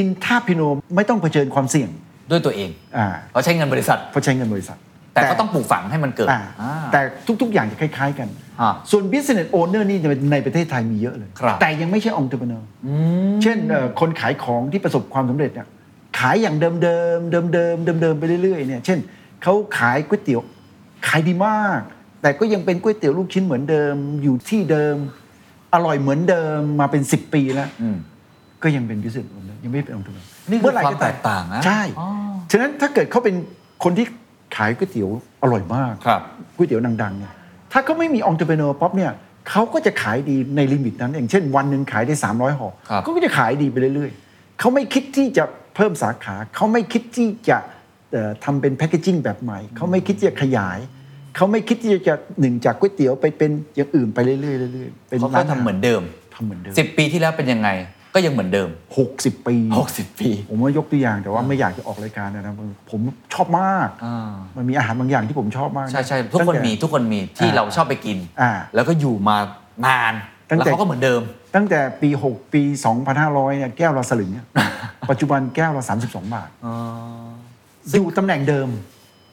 Speaker 2: intrapreneur ไม่ต้องเผชิญความเสี่ยง
Speaker 1: ด้วยตัวเอง
Speaker 2: อ่า
Speaker 1: เพราะใช้เงินบริษัท
Speaker 2: เพราะใช้เงินบริษัท
Speaker 1: แต่ก็ต้องปลูกฝังให้มันเกิด
Speaker 2: อ่า
Speaker 1: อ่า
Speaker 2: แต่ทุก ๆ อย่างจะคล้าย ๆ กัน
Speaker 1: อ่า
Speaker 2: ส่วน business owner นี่ในประเทศไทยมีเยอะเลย
Speaker 1: ครับ
Speaker 2: แต่ยังไม่ใช่ entrepreneur เช่นเอ่อคนขายของที่ประสบความสำเร็จเนี่ยขายอย่างเดิมๆ เดิมๆ เดิมๆ ไปเรื่อยๆ เนี่ย เช่นเขาขายก๋วยเตี๋ยวขายดีมาก แต่ก็ยังเป็นก๋วยเตี๋ยวลูกชิ้นเหมือนเดิม อยู่ที่เดิม อร่อยเหมือนเดิมมาเป็น 10 ปีแล้ว
Speaker 1: อืม
Speaker 2: ก็ยังเป็น business owner ยังไม่เป็น entrepreneur
Speaker 1: นี่คือ
Speaker 2: เมื่อไหร่
Speaker 1: ความ
Speaker 2: ก็ตาม
Speaker 1: แตกต่างนะ
Speaker 2: ใช่
Speaker 1: อ๋อ
Speaker 2: ฉะนั้นถ้าเกิดเขาเป็นคนที่ขายก๋วยเตี๋ยวอร่อยมาก
Speaker 1: ครับ
Speaker 2: ก๋วยเตี๋ยวดังๆเนี่ยถ้าเขาไม่มีองค์ประกอบป๊อปเนี่ยเขาก็จะขายดีในลิมิตนั้น อย่างเช่นวันหนึ่งขายได้ 300ห่อ
Speaker 1: ครับ
Speaker 2: เขาก็จะขายดีไปเรื่อยๆ เขาไม่คิดที่จะเพิ่มสาขา เขาไม่คิดที่จะเอ่อทำเป็นแพคเกจิ้งแบบใหม่ เขาไม่คิดที่จะขยาย เขาไม่คิดที่จะหนึ่งจากก๋วยเตี๋ยวไปเป็นอย่างอื่นไปเรื่อยๆเรื่อยๆเป็น
Speaker 1: เขา
Speaker 2: ร้
Speaker 1: ก็
Speaker 2: น
Speaker 1: ทำเหมือนเดิม
Speaker 2: ทำเหมือนเดิม
Speaker 1: 10 ปีที่แล้วเป็นยังไง ก็ยังเหมือนเดิม
Speaker 2: หกสิบปี
Speaker 1: 60 ปี
Speaker 2: ผมว่ายกตัวอย่างแต่ว่าไม่อยากจะออกรายการนะครับผมชอบมาก
Speaker 1: อ่า
Speaker 2: มันมีอาหารบางอย่างที่ผมชอบมาก
Speaker 1: ใช่ใช่ทุกคน
Speaker 2: ตั้งแต่
Speaker 1: มีทุกคนมีที่
Speaker 2: อ่า
Speaker 1: เราชอบไปกิน
Speaker 2: อ่า
Speaker 1: แล้วก็อยู่มานาน
Speaker 2: ตั้ง
Speaker 1: แล้ว
Speaker 2: แต่
Speaker 1: เขาก็เหมือนเดิม
Speaker 2: ตั้งแต่ปี 6 ปี 2500เนี่ยแก้วละสลึง อะ ปัจจุบันแก้วละ32 บาทอยู่ตำแหน่งเดิม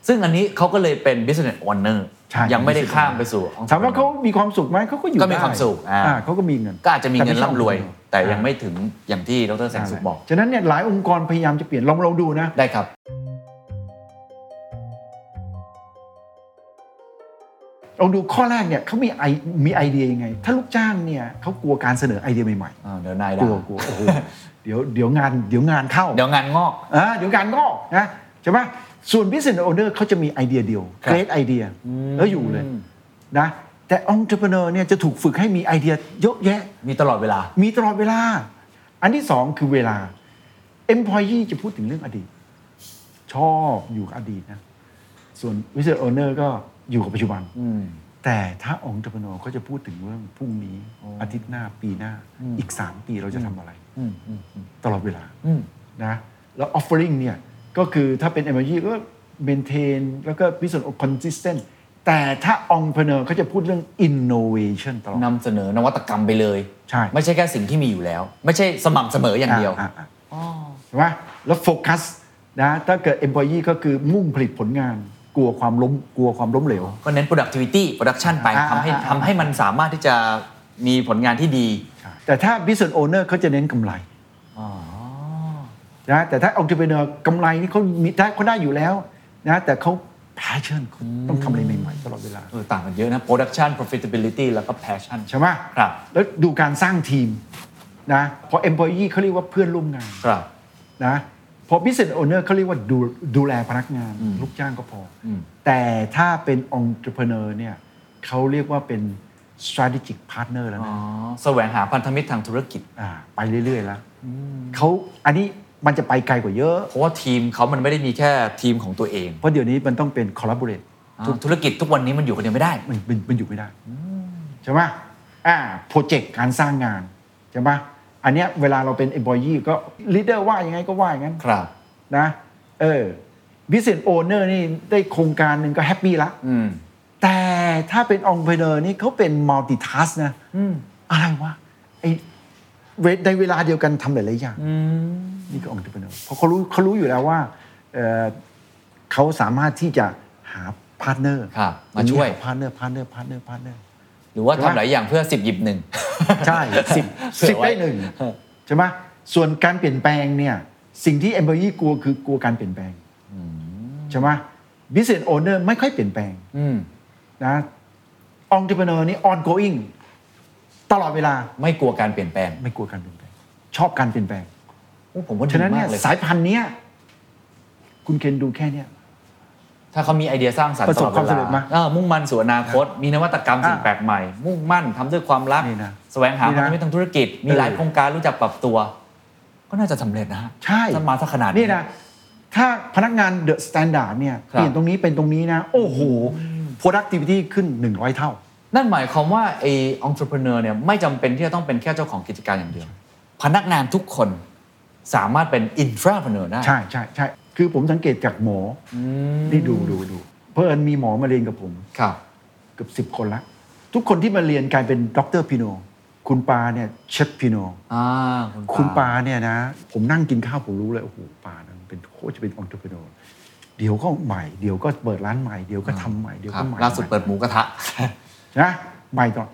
Speaker 1: ซึ่งอันนี้เขาก็เลยเป็น business owner
Speaker 2: ใช่
Speaker 1: ยังไม่ได้ข้ามไปสู่
Speaker 2: ถามว่าเขามีความสุขไหมเขาก็อยู่
Speaker 1: ก็มี
Speaker 2: ได้
Speaker 1: ความสุขอ่า
Speaker 2: อ่าเขาก็มีเงิน
Speaker 1: ก็อาจจะมีเงินร่ำรวย แต่
Speaker 2: อ่า
Speaker 1: ยังไม่ถึงอย่างที่ดรแสงสุขบอก
Speaker 2: ฉะนั้นเนี่ยหลายองค์กรพยายามจะเปลี่ยนลองเราดูนะ
Speaker 1: ได้ครับ
Speaker 2: ลองดูข้อแรกเนี่ยเขามีไอมีไอเดียยังไง ถ้าลูกจ้างเนี่ยเขากลัวการเสนอไอเดียใหม่
Speaker 1: อ่าเดี๋ยวนาย
Speaker 2: ๆก
Speaker 1: ด่า
Speaker 2: ลัวกลัวโอ้โหเดี๋ยวเดี๋ยวงานเดี๋ยวงานเข้า
Speaker 1: เดี๋ยวงานงอก
Speaker 2: อ่าเดี๋ยวการงอกนะฉ ช่ปะส่วน business owner เขาจะมีไอเดียเดียว
Speaker 1: ครับ
Speaker 2: great idea แล้วอยู่เลยนะแต่ entrepreneur เนี่ยจะถูกฝึกให้มีไอเดียเยอะแยะ
Speaker 1: มีตลอดเวลา
Speaker 2: มีตลอดเวลา อันที่สองคือเวลา employee จะพูดถึงเรื่องอดีต ชอบอยู่กับอดีตนะ ส่วน business owner ก็อยู่กับปัจจุบัน แต่ถ้าองค์จปโนเขาจะพูดถึงเรื่องพรุ่งนี้อาทิตย์หน้าปีหน้า อีก 3 ปีเราจะทำอะไร ตลอดเวลานะแล้ว offering เนี่ย ก็คือถ้าเป็น energy ก็ maintain แล้วก็ vision of consistent แต่ถ้า entrepreneur เขาจะพูดเรื่อง innovation ตลอด
Speaker 1: นำเสนอนวัตกรรมไปเลย
Speaker 2: ใช่
Speaker 1: ไม่ใช่แค่สิ่งที่มีอยู่แล้ว ไม่ใช่สม่ำเสมออย่างเดียว
Speaker 2: อ่ะอ่ะอ่ะใช่ไหมแล้วโฟกัสนะถ้าเกิด employee ก็คือมุ่งผลิตผลงาน กลัวความล้มกลัวความล้มเหลว
Speaker 1: ก็เน้น productivity production ไป
Speaker 2: อ่า
Speaker 1: ทำให้
Speaker 2: อ่าอ่า
Speaker 1: ทำให้มันสามารถที่จะมีผลงานที่ดี
Speaker 2: แต่ถ้า business owner เขาจะเน้นกำไรนะแต่ถ้า entrepreneur กำไรนี่เขามีได้เขาได้อยู่แล้วนะแต่เขา passion เขาต้องทำอะไรใหม่ๆตลอดเวลา
Speaker 1: เออต่างกันเยอะนะ production profitability แล้วก็ passion
Speaker 2: ใช่ไหม
Speaker 1: ครับ
Speaker 2: แล้วดูการสร้างทีมนะเพราะ employee เขาเรียกว่าเพื่อนร่วมงาน
Speaker 1: ครับ
Speaker 2: นะพอ business owner เขาเรียกว่าดูดูแลพนักงาน ลูกจ้างก็พออแต่ถ้าเป็น entrepreneur เนี่ยเขาเรียกว่าเป็น strategic partner แล้ว
Speaker 1: อ๋อ
Speaker 2: นะ
Speaker 1: แสวงหาพันธมิตรทางธุรกิจ
Speaker 2: อ่าไปเรื่อยๆแล้วเขาอันนี้มันจะไปไกลกว่าเยอะ
Speaker 1: เพราะว่าทีมเขามันไม่ได้มีแค่ทีมของตัวเอง
Speaker 2: เพราะเดี๋ยวนี้มันต้องเป็น collaborate
Speaker 1: ทุกธุรกิจทุกวันนี้มันอยู่คนเดียวไม่ได้
Speaker 2: มันมันมันอยู่ไม่ได้ ใช่ไหมอ่าโปรเจกต์การสร้างงาน ใช่ไหมอันเนี้ยเวลาเราเป็น employee ก็ leader ว่ายังไงก็ว่าอย่างนั้น
Speaker 1: ครับ
Speaker 2: นะเออ business owner นี่ได้โครงการหนึ่งก็แฮปปี้ละ
Speaker 1: อืม
Speaker 2: แต่ถ้าเป็น entrepreneur นี่เขาเป็น multitask นะอะไรวะไอเวลในเวลาเดียวกันทำหลาย ๆ อย่างนี่ก็ entrepreneur เพราะเขารู้เขารู้อยู่แล้วว่าเอ่อเขาสามารถที่จะหาพาร์ทเนอร์
Speaker 1: ครับมาช่วย
Speaker 2: พาร์ทเนอร์พาร์ทเนอร์พาร์ทเนอร์พาร์ทเนอร์
Speaker 1: หรือว่า
Speaker 2: ใช่ไหม
Speaker 1: ทำหลายอย่างเพื่อสิบหยิบหนึ่ง
Speaker 2: ใช่ สิบ
Speaker 1: เผื่อ
Speaker 2: สิบ
Speaker 1: ไว้
Speaker 2: ได้หนึ่งใช่ไหมส่วนการเปลี่ยนแปลงเนี่ย สิ่งที่ employee กลัวคือกลัวการเปลี่ยนแปลงใช่ไหม business owner ไม่ค่อยเปลี่ยนแปลง
Speaker 1: อืม
Speaker 2: นะ entrepreneur นี่ ongoing ตลอดเวลา
Speaker 1: ไม่กลัวการเปลี่ยนแปลง
Speaker 2: ไม่กลัวการเปลี่ยนแปลง ชอบการเปลี่ยนแปลง
Speaker 1: โอ้ผมว่าดี
Speaker 2: ฉะนั้นเนี่
Speaker 1: มาย กเลย
Speaker 2: สายพันธุ์เนี้ยคุณเคนดูแค่เนี้ย
Speaker 1: ถ้าเขามีไอเดียสร้างสรรค์
Speaker 2: ประ
Speaker 1: ต
Speaker 2: ส
Speaker 1: ล
Speaker 2: บ
Speaker 1: อด
Speaker 2: ความ
Speaker 1: เว
Speaker 2: สำเร็
Speaker 1: ลา
Speaker 2: จมา
Speaker 1: เออมุ่งมั่นสู่อนาคต มีนวัตกรรม
Speaker 2: อ่า
Speaker 1: สิ่งแปลกใหม่ มุ่งมั่นทำด้วยความรัก
Speaker 2: นี่นะ
Speaker 1: แสวงหา
Speaker 2: นี่
Speaker 1: พัน
Speaker 2: นะ
Speaker 1: ธมิตรทางธุรกิจ มี
Speaker 2: เออ
Speaker 1: หลายโครงการรู้จักปรับตัว ก็น่าจะสำเร็จนะฮะ
Speaker 2: ใช่
Speaker 1: ถ้ามาสักขนาด
Speaker 2: นี่นะถ้าพนักงาน The Standard เนี่ย
Speaker 1: ครับ
Speaker 2: เปลี่ยนตรงนี้เป็นตรงนี้นะ โอ้โห productivity ขึ้น 100 เท่า
Speaker 1: นั่นหมายความว่าไอ้ entrepreneur เนี่ยไม่จำเป็นที่จะต้องเป็นแค่เจ้าของกิจการอย่างเดียว พนักงานทุกคนสามารถเป็น intrapreneur ได้
Speaker 2: ใช่ใช่ใช่คือผมสังเกตจากหมออนี่ดูดูดูเพิ่นมีหมอมาเรียนกับผม
Speaker 1: ครับ
Speaker 2: เกือบสิบคนละทุกคนที่มาเรียนกลายเป็นด็อกเตอร์พิโนคุณปาเนี่ยเชฟพิโน
Speaker 1: อ่า
Speaker 2: คุณปาเนี่ยนะ ผมนั่งกินข้าวผมรู้เลย โอ้โหปานะเป็นโคตรจะเป็นองค์ e ร r น n เดี๋ยวก็ใหม่ เดี๋ยวก็เปิดร้านใหม่ เดี๋ยวก็ทำใหม่ เดี๋ยว
Speaker 1: ครั
Speaker 2: ก็
Speaker 1: บ
Speaker 2: ใหม่
Speaker 1: ล่าสุดเปิด
Speaker 2: ให
Speaker 1: หมูกระทะ
Speaker 2: ม่นะใหม่ต่อ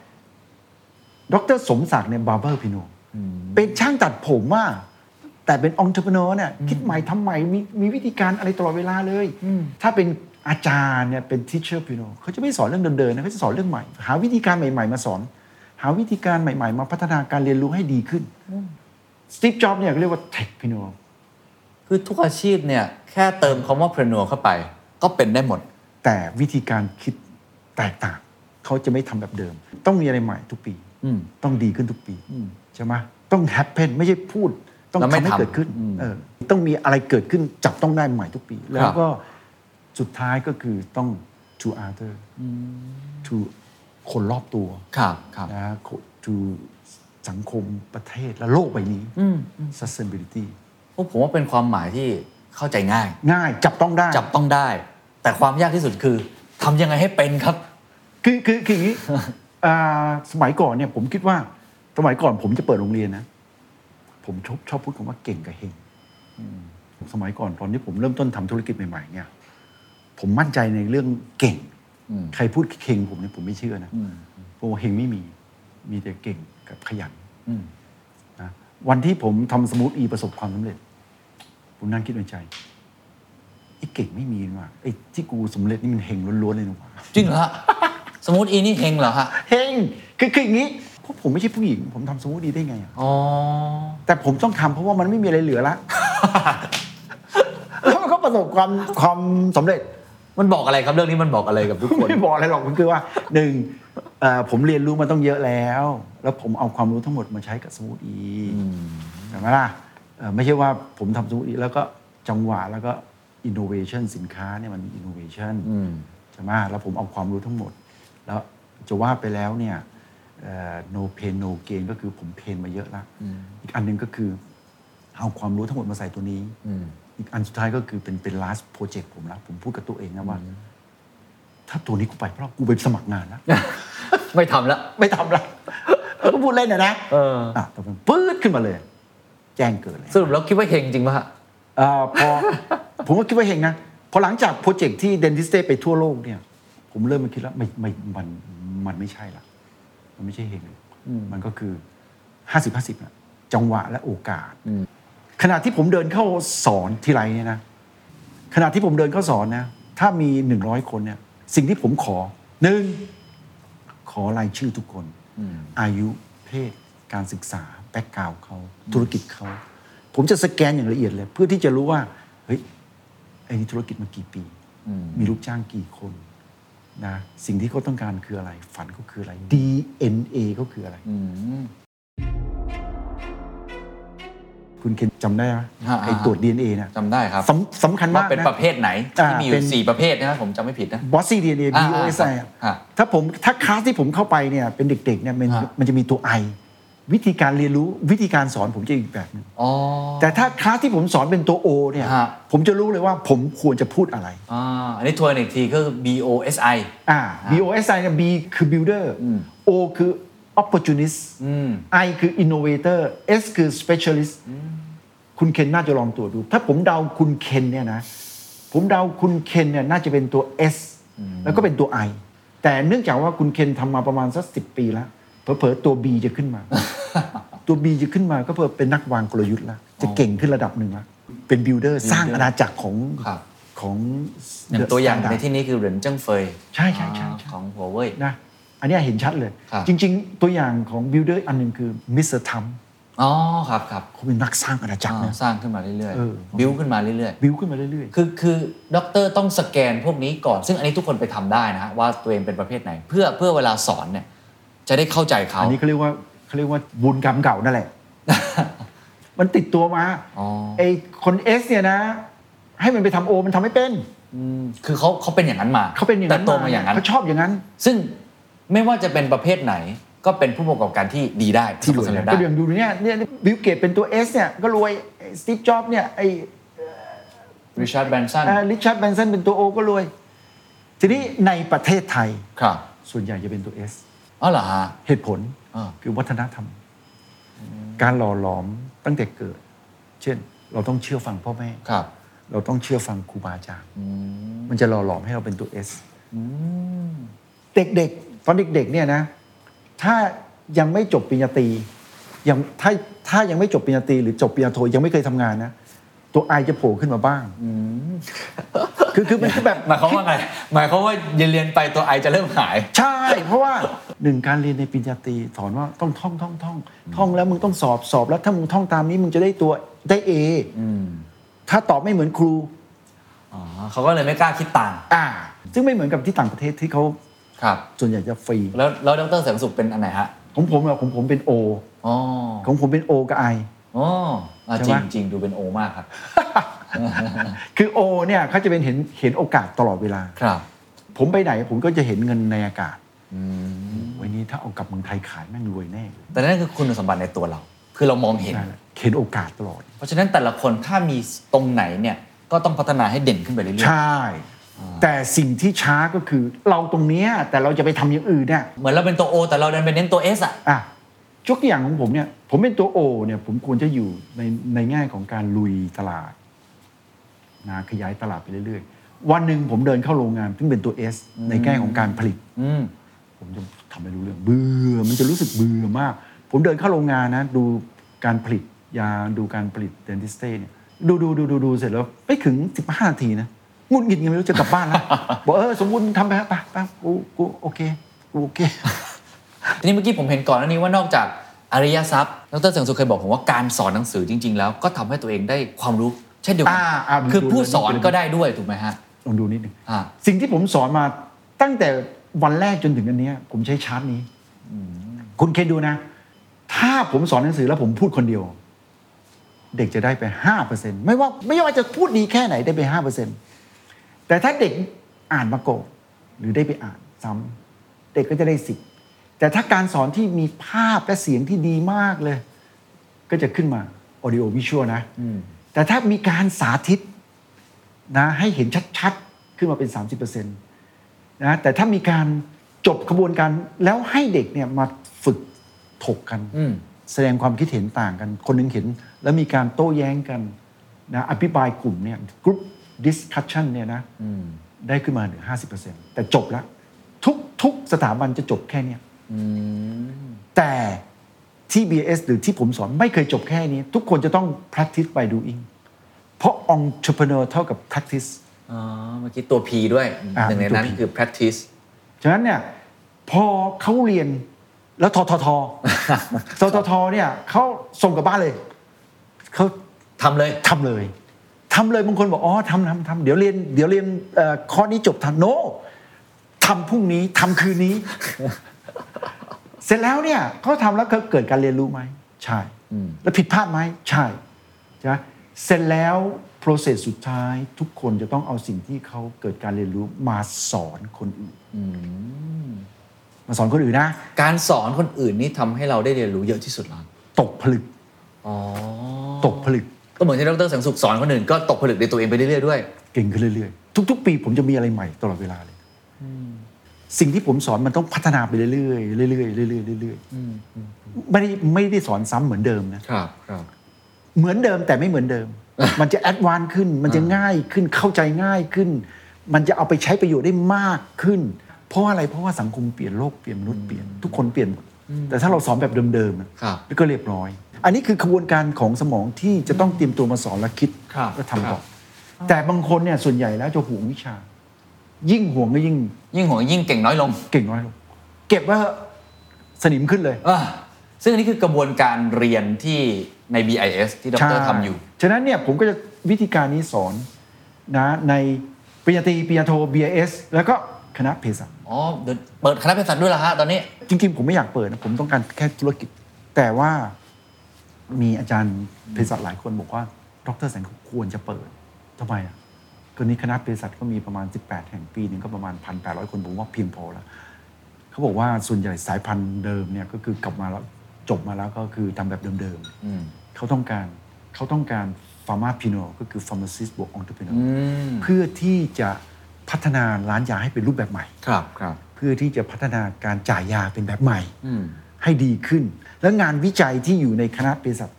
Speaker 2: ดรสมศักดิ์เนี่ยบาร์เบอร์พิโนเป็นช่างตัดผมว่า แต่เป็นองค์ e ร r น n เนี่ยคิดใหม่ทำใหม่มีมีวิธีการอะไรตลอดเวลาเลย ถ้าเป็นอาจารย์เนี่ยเป็นทิเชอร์พิโนเขาจะไม่สอนเรื่องเดิมๆนะเขาจะสอนเรื่องใหม่ หาวิธีการใหม่ ๆ มาสอน หาวิธีการใหม่ ๆ มาพัฒนาการเรียนรู้ให้ดีขึ้น สตีฟจ็อบส์เนี่ยเรียกว่าเทคพิโน
Speaker 1: คือทุกอาชีพเนี่ย แค่เติมคำว่า preneur เข้าไป ก็เป็นได้หมด
Speaker 2: แต่วิธีการคิดแตกต่าง เขาจะไม่ทำแบบเดิม ต้องมีอะไรใหม่ทุกปี
Speaker 1: อืม
Speaker 2: ต้องดีขึ้นทุกปีใช่ไหมต้องแฮปเพนไม่ใช่พูด ต้อง
Speaker 1: แล้วไม่
Speaker 2: ทำให้
Speaker 1: ทำ
Speaker 2: เกิดขึ้น
Speaker 1: อืม
Speaker 2: เออต้องมีอะไรเกิดขึ้นจับต้องได้ใหม่ทุกปี แล้วก็สุดท้ายก็คือต้อง to other to คนรอบตัว
Speaker 1: ครับครับ
Speaker 2: นะ to สังคมประเทศและโลกใบนี้ sustainability
Speaker 1: เพราะผมว่าเป็นความหมายที่เข้าใจง่าย
Speaker 2: ง่ายจับต้องได้
Speaker 1: จับต้องได้ แต่ความยากที่สุดคือทำยังไงให้เป็นครับ
Speaker 2: คือคือคืออย่างนี้ อ่าสมัยก่อนเนี่ยผมคิดว่าสมัยก่อนผมจะเปิดโรงเรียนนะ ผมชอบชอบพูดคำว่าเก่งกับเฮงสมัยก่อนตอนที่ผมเริ่มต้นทำธุรกิจใหม่ๆ เนี่ย ผมมั่นใจในเรื่องเก่ง ใครพูดเฮงผมเนี่ยผมไม่เชื่อนะเพราะว่าเฮงไม่มีมีแต่เก่งกับขยันนะวันที่ผมทำสมูทอีประสบความสำเร็จ ผมนั่งคิดในใจไอ้เก่งไม่มีนี่หว่ะไอ้ที่กูสำเร็จนี่มันเฮงล้วนๆเลยนะหว่า
Speaker 1: จริงเหรอฮะ สมมติอีนี่เฮงเหรอฮะ
Speaker 2: เฮงคือคืออย่างนี้เพราะผมไม่ใช่ผู้หญิง ผมทำสมูทดีได้ไงอะ
Speaker 1: อ๋อ
Speaker 2: แต่ผมต้องทำเพราะว่ามันไม่มีอะไรเหลือละ แล้วมันก็ ประสบความความสำเร็จ
Speaker 1: มันบอกอะไรครับเรื่องนี้มันบอกอะไรกับทุก คน
Speaker 2: ไม่บอกอะไรหรอกมันคือว่าหนึ่งเอ่อผมเรียนรู้มาต้องเยอะแล้ว แล้วผมเอาความรู้ทั้งหมดมาใช้กับสมูทอีใช่ไหมล่ะเอ่อไม่ใช่ว่าผมทำสมูทอีแล้วก็จังหวะแล้วก็อินโนเวชันสินค้าเนี่ยมันมีอินโนเวชันใช่ไหมแล้วผมเอาความรู้ทั้งหมด แล้วจะว่าไปแล้วเนี่ยเอ่อ no pain no gain ก็คือผมเพนมาเยอะละอีกอันหนึงก็คือ เอาความรู้ทั้งหมดมาใส่ตัวนี้อีกอันสุดท้ายก็คือเป็นเป็น last project ผมละผมพูดกับตัวเองนะว่า ถ้าตัวนี้กูไปเพราะกูไปสมัครงานนะ
Speaker 1: ไม่ทำแล้ว
Speaker 2: ไม่ทำละแล้วก็พูดเล่นนะนะ
Speaker 1: เออ
Speaker 2: อ่ะแต่มันปื๊ดขึ้นมาเลย แจ้งเกิดเลย
Speaker 1: สรุปแล้วคิดว่าเฮงจริงป่ะฮะ
Speaker 2: เอ่อพอ ผมก็คิดว่าเห็นนะ พอหลังจากโปรเจกต์ที่เดนทิสเตไปทั่วโลกเนี่ย ผมเริ่มมาคิดแล้วไม่ไม่มันมันไม่ใช่ละมันไม่ใช่เห็นมันก็คือห้าสิบห้าสิบะจังหวะและโอกาส ขณะที่ผมเดินเข้าสอนทีไรเนี่ยนะขณะที่ผมเดินเข้าสอนนะถ้ามีหนึ่งร้อยคนเนี่ย สิ่งที่ผมขอหนึ่ง ขอรายชื่อทุกคน อายุเพศ การศึกษา แบ็กกราวเขาธุรกิจเขา ผมจะสแกนอย่างละเอียดเลย เพื่อที่จะรู้ว่า เฮ้ย ไอ้นี่ธุรกิจมากี่ปี มีลูกจ้างกี่คนนะสิ่งที่เขาต้องการคืออะไร ฝันเขาคืออะไร DNA เขาคืออะไร คุณเคนจำได้ไหมไอ้ตรวจ DNA นะ
Speaker 1: จำได้ครับ
Speaker 2: สำสำคั
Speaker 1: ว่าม
Speaker 2: ญาก
Speaker 1: เป็น
Speaker 2: นะ
Speaker 1: ประเภทไหน
Speaker 2: อ่า
Speaker 1: ที่มีอ
Speaker 2: เป็
Speaker 1: ยู่
Speaker 2: น
Speaker 1: สี่ประเภทนะครับผมจำไม่ผิดนะ
Speaker 2: บอสซี่ DNA
Speaker 1: อ่า
Speaker 2: BOSI
Speaker 1: อ่าอ่า
Speaker 2: ถ้าผมถ้าคลาสที่ผมเข้าไปเนี่ยเป็นเด็กๆเนี่ยมัน
Speaker 1: อ่ามั
Speaker 2: มันจะมีตัว I วิธีการเรียนรู้วิธีการสอนผมจะอีกแบบหนึง
Speaker 1: อ๋อ
Speaker 2: แต่ถ้าคลาสที่ผมสอนเป็นตัว O เนี่ย
Speaker 1: ฮะ
Speaker 2: ผมจะรู้เลยว่าผมควรจะพูดอะไร
Speaker 1: อ่าอันนี้ทวนอีกทีก็คือ BOSI
Speaker 2: อ่า BOSI เนี่ย B คือ builder O คือ opportunist I คือ innovator S คือ specialist คุณเคนน่าจะลองตรวจดู ถ้าผมเดาคุณเคนเนี่ยนะ ผมเดาคุณเคนเนี่ยน่าจะเป็นตัว S แล้วก็เป็นตัว I แต่เนื่องจากว่าคุณเคนทำมาประมาณสักสิปีแล้วเผลอๆตัว B จะ ขึ้นมา ตัว B จะขึ้นมาก็เพื่อเป็นนักวางกลยุทธ์ละจะเก่งขึ้นระดับหนึ่งละเป็นบิ i เดอร์สร้างอาณาจักรของ
Speaker 1: ครับ
Speaker 2: ของ
Speaker 1: อย่าง
Speaker 2: The
Speaker 1: ตัวอย่าง
Speaker 2: Standard
Speaker 1: ในที่นี้คือเหรินเจิ้งเฟย
Speaker 2: ใช่ใช่ใช่ใช่
Speaker 1: ของหัวเว่ย
Speaker 2: นะอันเนี้ยเห็นชัดเลย
Speaker 1: ครับ
Speaker 2: จริง ๆ ตัวอย่างของบิ i เดอร์อันหนึ่งคือมิสเตอร์ทัม
Speaker 1: อ๋อครับครับ
Speaker 2: เขาเป็นนักสร้างอาณาจักร
Speaker 1: อ่า
Speaker 2: นะ
Speaker 1: สร้างขึ้นมาเรื่อย
Speaker 2: เออ
Speaker 1: ๆ บิวขึ้นมาเรื่อยๆ
Speaker 2: บิวขึ้นมาเรื่อย
Speaker 1: คือคือด็อกเตอร์ต้องสแกนพวกนี้ก่อน ซึ่งอันนี้ทุกคนไปทำได้นะฮะว่าตัวเองเป็นประเภทไหน เพื่อเพื่อเวลาสอนเนี่ยจะได้เข้าใจเขา
Speaker 2: อันนี้เขาเรียกว่าเขาเรียกว่าบุญกรรมเก่านั่นแหละ มันติดตัวมา
Speaker 1: อ๋อ
Speaker 2: ไอ้คนเอสเนี่ยนะ ให้มันไปทำโอมันทำไม่เป็น
Speaker 1: มคือเขาเขาเป็นอย่างนั้นมา
Speaker 2: เขาเป็นอย่างนั้น
Speaker 1: แต่โตมาอย่างนั้น
Speaker 2: เขาชอบอย่างนั้น
Speaker 1: ซึ่งไม่ว่าจะเป็นประเภทไหน ก็เป็นผู้ประกอบการที่ดีได้ที่
Speaker 2: ร
Speaker 1: ร
Speaker 2: ว
Speaker 1: วย ย
Speaker 2: นะ
Speaker 1: ได้
Speaker 2: ก็อย่างดูเนี่ยเนี่ยบิลเกตเป็นตัวเอสเนี่ยก็รวยสตีฟจ็อบเนี่ยไอ้
Speaker 1: ริชาร์ดแบรนสัน
Speaker 2: ริชาร์ดแบนสันเป็นตัวโอก็รวย ทีนี้ในประเทศไทย
Speaker 1: ครับ
Speaker 2: ส่วนใหญ่จะเป็นตัวเอส
Speaker 1: อ๋อเหรอฮะ
Speaker 2: เหตุผล
Speaker 1: อ่า
Speaker 2: คือวัฒนธรรม การหล่อหลอมตั้งแต่เกิด เช่น เราต้องเชื่อฟังพ่อแม่
Speaker 1: ครับ
Speaker 2: เราต้องเชื่อฟังครูบาอาจารย์มันจะหล่อหลอมให้เราเป็นตัวเอสเด็กๆ ตอนเด็กๆเนี่ยนะ ถ้ายังไม่จบปริญญาตรียังถ้าถ้ายังไม่จบปริญญาตรีหรือจบปริญญาโทยังไม่เคยทำงานนะ ตัวไอจะโผล่ขึ้นมาบ้างคือคือมันคือแบบ
Speaker 1: หมายความว่าไง หมายความว่าเรียนเรียนไปตัวไอจะเริ่มหาย
Speaker 2: ใช่ เพราะว่าหนึ่งการเรียนในปริญญาตรีสอนว่าต้องท่องท่องท่องท่องแล้วมึงต้องสอบสอบแล้วถ้ามึงท่องตามนี้มึงจะได้ตัวได้เอถ้าตอบไม่เหมือนครู
Speaker 1: อ๋อเขาก็เลยไม่กล้าคิดต่าง
Speaker 2: อ่า ซึ่งไม่เหมือนกับที่ต่างประเทศที่เขา
Speaker 1: ครับ
Speaker 2: ส่วนใหญ่จะฟรี
Speaker 1: แล้วแล้วดรเสริมสุขเป็นอันไหนฮะ
Speaker 2: ของผมอะของผมเป็นโอ
Speaker 1: อ๋อ
Speaker 2: ของผมเป็นโอกับไอ
Speaker 1: อ๋ออ่ะจริ
Speaker 2: ใช่ไหม
Speaker 1: งจริงดูเป็นโอมากครับ
Speaker 2: คือโอเนี่ยเขาจะเป็นเห็นเห็นโอกาสตลอดเวลา
Speaker 1: ครับ
Speaker 2: ผมไปไหนผมก็จะเห็นเงินในอากาศวันนี้ถ้าเอากลับเมืองไทยขายแม่งรวยแน่
Speaker 1: แต่นั่นคือคุณสมบัติในตัวเรา คือเรามองเห็น
Speaker 2: นั่นแหละเห็นโอกาสตลอด
Speaker 1: เพราะฉะนั้นแต่ละคนถ้ามีตรงไหนเนี่ย ก็ต้องพัฒนาให้เด่นขึ้นไปเรื่อย
Speaker 2: ใช่ แต่สิ่งที่ช้าก็คือเราตรงเนี้ยแต่เราจะไปทำอย่างอื่นเนี่ย
Speaker 1: ๆ เหมือนเราเป็นตัว O แต่เราดันไปเน้นตัว S อ่ะ
Speaker 2: อ่ะยกตัวอย่างของผมเนี่ย ผมเป็นตัวโอเนี่ย ผมควรจะอยู่ในในแง่ของการลุยตลาดนะขยายตลาดไปเรื่อยๆ วันหนึ่งผมเดินเข้าโรงงานซึ่งเป็นตัวเอสในแง่ของการผลิต
Speaker 1: อืม
Speaker 2: ผมจะทำไม่รู้เรื่องเบื่อ มันจะรู้สึกเบื่อมาก ผมเดินเข้าโรงงานนะ ดูการผลิตยาดูการผลิตเดนติสเต้เนี่ยดูดูดูดูดูเสร็จแล้วไม่ถึง 15นาทีนะหงุดหงิดยังไม่รู้จะกลับบ้านแล้ว บอกเออสมบูรณ์ทำไปครับไปไปกูกูโอเคกูโอเค
Speaker 1: ทีนี้เมื่อกี้ผมเห็นก่อนหน้านี้ว่านอกจากอริยทรัพย์ดรเสริงสุขเคยบอกผมว่าการสอนหนังสือจริง ๆ แล้วก็ทำให้ตัวเองได้ความรู้ เช่นเดียวกั
Speaker 2: อ่าอ่า
Speaker 1: คือ
Speaker 2: ดู
Speaker 1: ผู้สอน
Speaker 2: ดู
Speaker 1: ก็ได้ด้วยถูกไหมฮะ
Speaker 2: ลองดูนิดหนึ่ง
Speaker 1: อ่า
Speaker 2: สิ่งที่ผมสอนมาตั้งแต่วันแรกจนถึงอันเนี้ย ผมใช้ชาร์ตนี้ คุณเคนดูนะ ถ้าผมสอนหนังสือแล้วผมพูดคนเดียว เด็กจะได้ไปห้าเปอร์เซ็นไม่ว่าไม่ว่าจะพูดดีแค่ไหนได้ไปห้าเปอร์เซ็นแต่ถ้าเด็กอ่านมาโกะหรือได้ไปอ่านซ้ำเด็กก็จะได้สิบแต่ถ้าการสอนที่มีภาพและเสียงที่ดีมากเลย ก็จะขึ้นมา audio visual นะ แต่ถ้ามีการสาธิต นะให้เห็นชัดๆ ขึ้นมาเป็น 30%นะแต่ถ้ามีการจบขบวนการแล้วให้เด็กเนี่ยมาฝึกถกกัน
Speaker 1: อืม
Speaker 2: แสดงความคิดเห็นต่างกัน คนหนึงเห็น แล้วมีการโต้แย้งกันนะอภิปรายกลุ่มเนี่ยกรุ๊ปดิสคัชชันเนี่ยนะได้ขึ้นมาถึงห้าสิบเปอร์เซ็นต์แต่จบละทุกทุกสถาบันจะจบแค่เนี้ยแต่ที่ BS หรือที่ผมสอนไม่เคยจบแค่นี้ ทุกคนจะต้อง practice by doing เพราะ entrepreneur เท่ากับ practice
Speaker 1: อ๋อเมื่อกี้ตัว P ด้วย
Speaker 2: อ่า
Speaker 1: หนึ่งในนั้น
Speaker 2: ตัว P
Speaker 1: คือ practice
Speaker 2: ฉะนั้นเนี่ยพอเขาเรียนแล้วททท ทททเนี่ยเขาส่งกลับบ้านเลยเขา
Speaker 1: ทำเลย
Speaker 2: ทำเลยทำเลยบางคนบอกอ๋อทำทำทำเดี๋ยวเรียนเดี๋ยวเรียนเอ่อคอร์สนี้จบทันโนทำพรุ่งนี้ทำคืนนี้ เสร็จแล้วเนี่ยเขาทำแล้วเขาเกิดการเรียนรู้ไหมใช่แล้วผิดพลาดไหมใช่ใช่ไหมเสร็จแล้ว process สุดท้ายทุกคนจะต้องเอาสิ่งที่เขาเกิดการเรียนรู้มาสอนคนอื่นมาสอนคนอื่นนะ
Speaker 1: การสอนคนอื่นนี่ทำให้เราได้เรียนรู้เยอะที่สุดแล้ว
Speaker 2: ตกผลึก
Speaker 1: อ๋อ
Speaker 2: ตกผลึก
Speaker 1: ก็เหมือนที่ดรแสังสุขสอนคนอื่นก็ตกผลึกในตัวเองไปเรื่อยๆด้วย
Speaker 2: เก่งขึ้นเรื่อยๆ ทุก ๆ ปีผมจะมีอะไรใหม่ตลอดเวลาเลย สิ่งที่ผมสอนมันต้องพัฒนาไปเรื่อยๆ เรื่อยๆ เรื่อยๆ เรื่อยๆ ไม่ได้ไม่ได้สอนซ้ำเหมือนเดิมนะ
Speaker 1: ครับครับ
Speaker 2: เหมือนเดิมแต่ไม่เหมือนเดิม มันจะแอดวานซ์ขึ้น มันจะง่ายขึ้น เข้าใจง่ายขึ้น มันจะเอาไปใช้ประโยชน์ได้มากขึ้น เพราะอะไร เพราะว่าสังคมเปลี่ยนโลกเปลี่ยนมนุษย์เปลี่ยนทุกคนเปลี่ยนหมดแต่ถ้าเราสอนแบบเดิมๆนะครับ ก็เรียบร้อย อันนี้คือขบวนการของสมองที่จะต้องเตรียมตัวมาสอนและคิด
Speaker 1: ครับ
Speaker 2: และทำ
Speaker 1: ค
Speaker 2: ต่อ
Speaker 1: รับ
Speaker 2: แต่บางคนเนี่ยส่วนใหญ่แล้วจะห่วงวิชา ยิ่งห่วงก็ยิ่ง
Speaker 1: ยิ่งหัวยิ่งเก่งน้อยลง
Speaker 2: เก่งน้อยลงเก็บไว่าสนิมขึ้นเลย
Speaker 1: อ่าซึ่งอันนี้คือกระบวนการเรียนที่ใน BIS ที่ด
Speaker 2: ใช่
Speaker 1: รทำอยู่
Speaker 2: ฉะนั้นเนี่ยผมก็จะวิธีการนี้สอนนะในปริญญาตรีปริญญาโท BIS แล้วก็คณะเภสัช
Speaker 1: อ๋อเดี๋ยวเปิดคณะเภสัชด้วยเหรอฮะตอนนี้
Speaker 2: จริงๆ ผมไม่อยากเปิดนะผมต้องการแค่ธุรกิจ แต่ว่ามีอาจารย์เภสัชหลายคนบอกว่า ดรแสงควรจะเปิดทำไมอ่ะก็นี้คณะเภสัชก็มีประมาณ 18 แห่งปีหนึ่งก็ประมาณ 1,800 คนผมว่าเพียงพอแล้ว เขาบอกว่าส่วนใหญ่สายพันธุ์เดิมเนี่ยก็คือกลับมาแล้วจบมาแล้วก็คือทำแบบเดิมๆ
Speaker 1: อืม
Speaker 2: เขาต้องการเขาต้องการฟาร์มาพิโนก็คือ pharmacist บวก entrepreneur
Speaker 1: อืม
Speaker 2: เพื่อที่จะพัฒนาร้านยาให้เป็นรูปแบบใหม่
Speaker 1: ครับครับ
Speaker 2: เพื่อที่จะพัฒนาการจ่ายยาเป็นแบบใหม่
Speaker 1: อืม
Speaker 2: ให้ดีขึ้น และงานวิจัยที่อยู่ในคณะเภสัช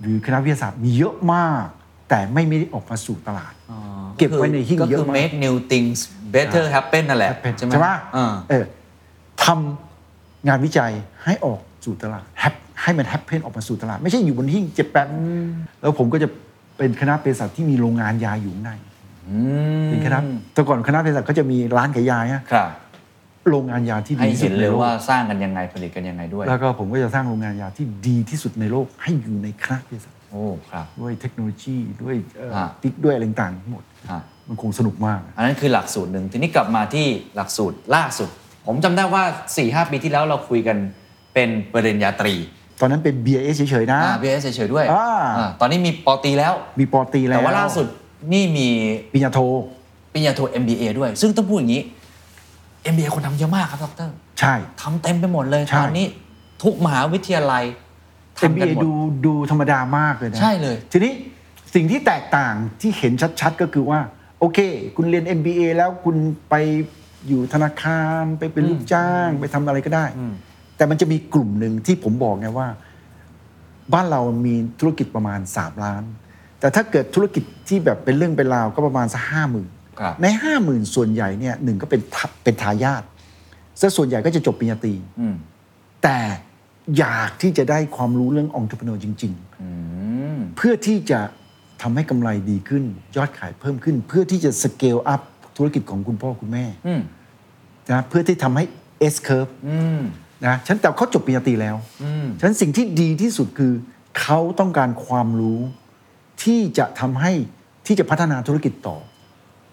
Speaker 2: หรือคณะวิทยาศาสตร์มีเยอะมาก แต่ไม่ไม่ได้ออกมาสู่ตลาด
Speaker 1: อ๋อ
Speaker 2: เก็บไว้ในหิ้ง
Speaker 1: ก็
Speaker 2: เยอะ
Speaker 1: คือ
Speaker 2: มาก
Speaker 1: make new things better happen นั่นแหละ
Speaker 2: เป็น
Speaker 1: ใช่ไหม
Speaker 2: ใช่ปะ
Speaker 1: อ่า
Speaker 2: เออทำงานวิจัยให้ออกสู่ตลาด hap- ให้มันแฮปเพนออกมาสู่ตลาด ไม่ใช่อยู่บนหิ้งเจ็บแปดแล้วผมก็จะเป็นคณะเภสัชที่มีโรงงานยาอยู่ข้างในเป็นคณะแต่ก่อนคณะเภสัชก็จะมีร้านขายยาเนี่ย
Speaker 1: ครับ
Speaker 2: โรงงานยาที่ดี
Speaker 1: ให้
Speaker 2: ที่สุ
Speaker 1: เห็
Speaker 2: ด
Speaker 1: น
Speaker 2: ใน
Speaker 1: เลย
Speaker 2: โลก
Speaker 1: ว่าสร้างกันยังไงผลิตกันยังไงด้วย
Speaker 2: แล้วก็ผมก็จะสร้างโรงงานยาที่ดีที่สุดในโลก ให้อยู่ในคณะเภสัช
Speaker 1: โอ้ ครับ
Speaker 2: ด้วยเทคโนโลยีด้วยเอ่อ
Speaker 1: ฮะ
Speaker 2: ติ๊กด้วยอะไรต่างๆทั้งหมด
Speaker 1: ฮะ
Speaker 2: มันคงสนุกมาก
Speaker 1: อันนั้นคือหลักสูตรหนึ่งทีนี้กลับมาที่หลักสูตรล่าสุด ผมจำได้ว่า 4-5หปีที่แล้วเราคุยกันเป็นปริญญาตรี
Speaker 2: ตอนนั้นเป็น BIA เฉยๆนะ
Speaker 1: อ่าพีเอสเฉยๆด้วย
Speaker 2: อ่า
Speaker 1: อ่าตอนนี้มีปอตรีแล้ว
Speaker 2: มีปอตรีแล้ว
Speaker 1: แต่ว่าล่าสุดนี่มี
Speaker 2: ปริญญาโท
Speaker 1: ปริญญาโท MBA ด้วย ซึ่งต้องพูดอย่างนี้ MBA คนทำเยอะมากครับดร
Speaker 2: ใช่
Speaker 1: ทำเต็มไปหมดเลย
Speaker 2: ใช่
Speaker 1: ตอนนี้ทุกมหาวิทยาลัยทำกัน
Speaker 2: MBA
Speaker 1: หมด
Speaker 2: ดูดูธรรมดามากเลยนะ
Speaker 1: ใช่เลย
Speaker 2: ทีนี้สิ่งที่แตกต่างที่เห็นชัดๆ ก็คือว่า โอเค คุณเรียน MBA แล้วคุณไปอยู่ธนาคารไปเป็นลูกจ้างไปทำอะไรก็ได้ แต่มันจะมีกลุ่มหนึ่งที่ผมบอกไงว่า บ้านเรามีธุรกิจประมาณ 3 ล้าน แต่ถ้าเกิดธุรกิจที่แบบเป็นเรื่องเป็นราวก็ประมาณสักห้าหมื่น
Speaker 1: ครับ
Speaker 2: ในห้าหมื่นส่วนใหญ่เนี่ยหนึ่งก็เป็นทะเป็นทายาทซะส่วนใหญ่ก็จะจบปริญญาตรี
Speaker 1: อืม
Speaker 2: แต่อยากที่จะได้ความรู้เรื่ององค์ e ร r น n จริง
Speaker 1: อืม
Speaker 2: ๆ เพื่อที่จะทำให้กำไรดีขึ้น ยอดขายเพิ่มขึ้น เพื่อที่จะสเกลอัพธุรกิจของคุณพ่อคุณแม่
Speaker 1: อืม
Speaker 2: นะเพื่อที่ทำให้ S curve
Speaker 1: อืม
Speaker 2: นะฉันแต่เขาจบปริญญาตรีแล้ว
Speaker 1: อืม
Speaker 2: ฉะนันสิ่งที่ดีที่สุดคือ เขาต้องการความรู้ ที่จะทำให้ที่จะพัฒนาธุรกิจต่อ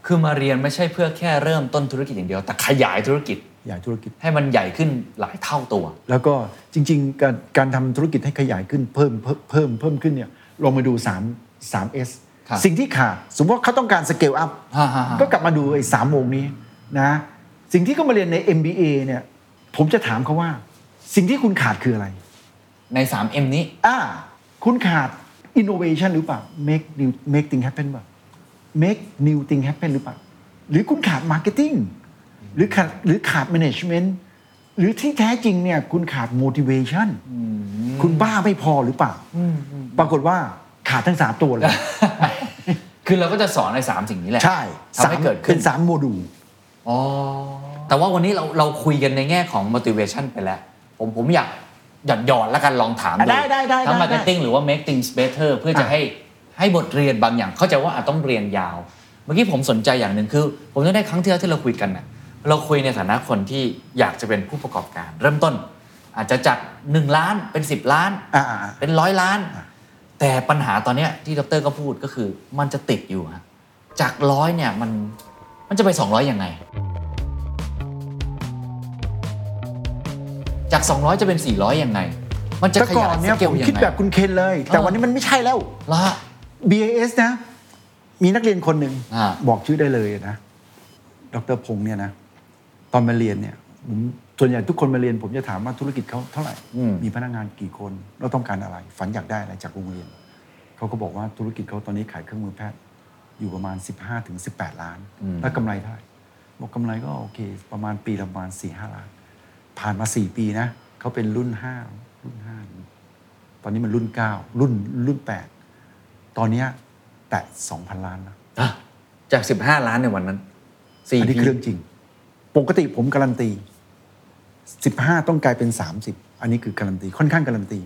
Speaker 1: คือมาเรียนไม่ใช่เพื่อแค่เริ่มต้นธุรกิจอย่างเดียว แต่ขยายธุรกิจ
Speaker 2: ใหญ่ธุรกิจ
Speaker 1: ให้มันใหญ่ขึ้นหลายเท่าตัว
Speaker 2: แล้วก็จริง ๆ การการทำธุรกิจให้ขยายขึ้นเพิ่มเพิ่มเพิ่มเพิ่มขึ้นเนี่ยลองมาดู3 3 S
Speaker 1: ครับ
Speaker 2: สิ่งที่ขาดสมมติว่าเขาต้องการสเกลอัพ
Speaker 1: ฮ่าฮ่าฮ่า
Speaker 2: ก็กลับมาดูไอ้สามวงนี้นะสิ่งที่เขามาเรียนใน MBA เนี่ยผมจะถามเขาว่า สิ่งที่คุณขาดคืออะไร
Speaker 1: ใน 3M นี้
Speaker 2: อ่า คุณขาด innovation หรือเปล่า make new make thing happen เปล่า make new thing happen หรือเปล่า หรือคุณขาด marketing หรือขาดหรือขาด management หรือที่แท้จริงเนี่ยคุณขาด motivation คุณบ้าไม่พอหรือเปล่า ปรากฏว่าขาดทั้งสามตัวเลย
Speaker 1: คือเราก็จะสอนใน 3 สิ่งนี้แหละ
Speaker 2: ใช่
Speaker 1: ทำให้เกิดขึ้
Speaker 2: เป็น นสามโมดูล
Speaker 1: อ๋อแต่ว่าวันนี้เราเราคุยกันในแง่ของ motivation ไปแล้ว ผมผมอยากหยอดหยอดแล้วกันลองถาม
Speaker 2: ได้ได้ได้
Speaker 1: ทั้ง
Speaker 2: ได้
Speaker 1: marketing หรือว่า make things better เพื่อจะ
Speaker 2: อ่ะ
Speaker 1: ให้ให้บทเรียนบางอย่าง เข้าใจว่าอาจต้องเรียนยาว เมื่อกี้ผมสนใจอย่างหนึ่งคือ ผมจะได้ครั้งที่แล้วที่เราคุยกันน่ะเราคุยในฐานะคนที่อยากจะเป็นผู้ประกอบการ เริ่มต้น อาจจะจากหนึ่งล้านเป็นสิบล้าน
Speaker 2: อ่า
Speaker 1: เป็นร้อยล้าน แต่ปัญหาตอนเนี้ยที่ดรก็พูดก็คือมันจะติดอยู่ฮะจากร้อยเนี่ยมันมันจะไป 200ยังไง จาก 200 จะเป็น 400ยังไง มันจะ
Speaker 2: แต่
Speaker 1: ข
Speaker 2: ก่อย
Speaker 1: าย
Speaker 2: น
Speaker 1: ส
Speaker 2: เนี่ย
Speaker 1: เกล
Speaker 2: ผม
Speaker 1: ยัง
Speaker 2: คิด
Speaker 1: ไง
Speaker 2: แบบคุณเคนเลย แต่
Speaker 1: เออ
Speaker 2: วันนี้มันไม่ใช่แล้ว
Speaker 1: ละ
Speaker 2: BAS นะ มีนักเรียนคนหนึ่ง
Speaker 1: อ่า
Speaker 2: บอกชื่อได้เลยนะ ดรพงษ์เนี่ยนะ ตอนมาเรียนเนี่ยผมส่วนใหญ่ทุกคนมาเรียน ผมจะถามว่าธุรกิจเขาเท่าไหร่
Speaker 1: อืม
Speaker 2: มีพนักงานกี่คนเราต้องการอะไร ฝันอยากได้อะไรจากโรงเรียน เขาก็บอกว่าธุรกิจเขาตอนนี้ขายเครื่องมือแพทย์ อยู่ประมาณ 15ถึง18 ล้าน แล้วกำไรเท่าไหร่บอกกำไรก็โอเค ประมาณปีละประมาณ4 5ล้าน ผ่านมา 4 ปีนะเขาเป็นรุ่น 5 รุ่น 5 ตอนนี้มันรุ่น 9 รุ่นรุ่น 8 ตอนเนี้ยแตะ2,000 ล้านแล้ว
Speaker 1: อ่ะจาก 15 ล้านในวันนั้น4
Speaker 2: อันนี้คือเรื่องจริง ปกติผมการันตี 15 ต้องกลายเป็น 30 อันนี้คือการันตี ค่อนข้างการันตี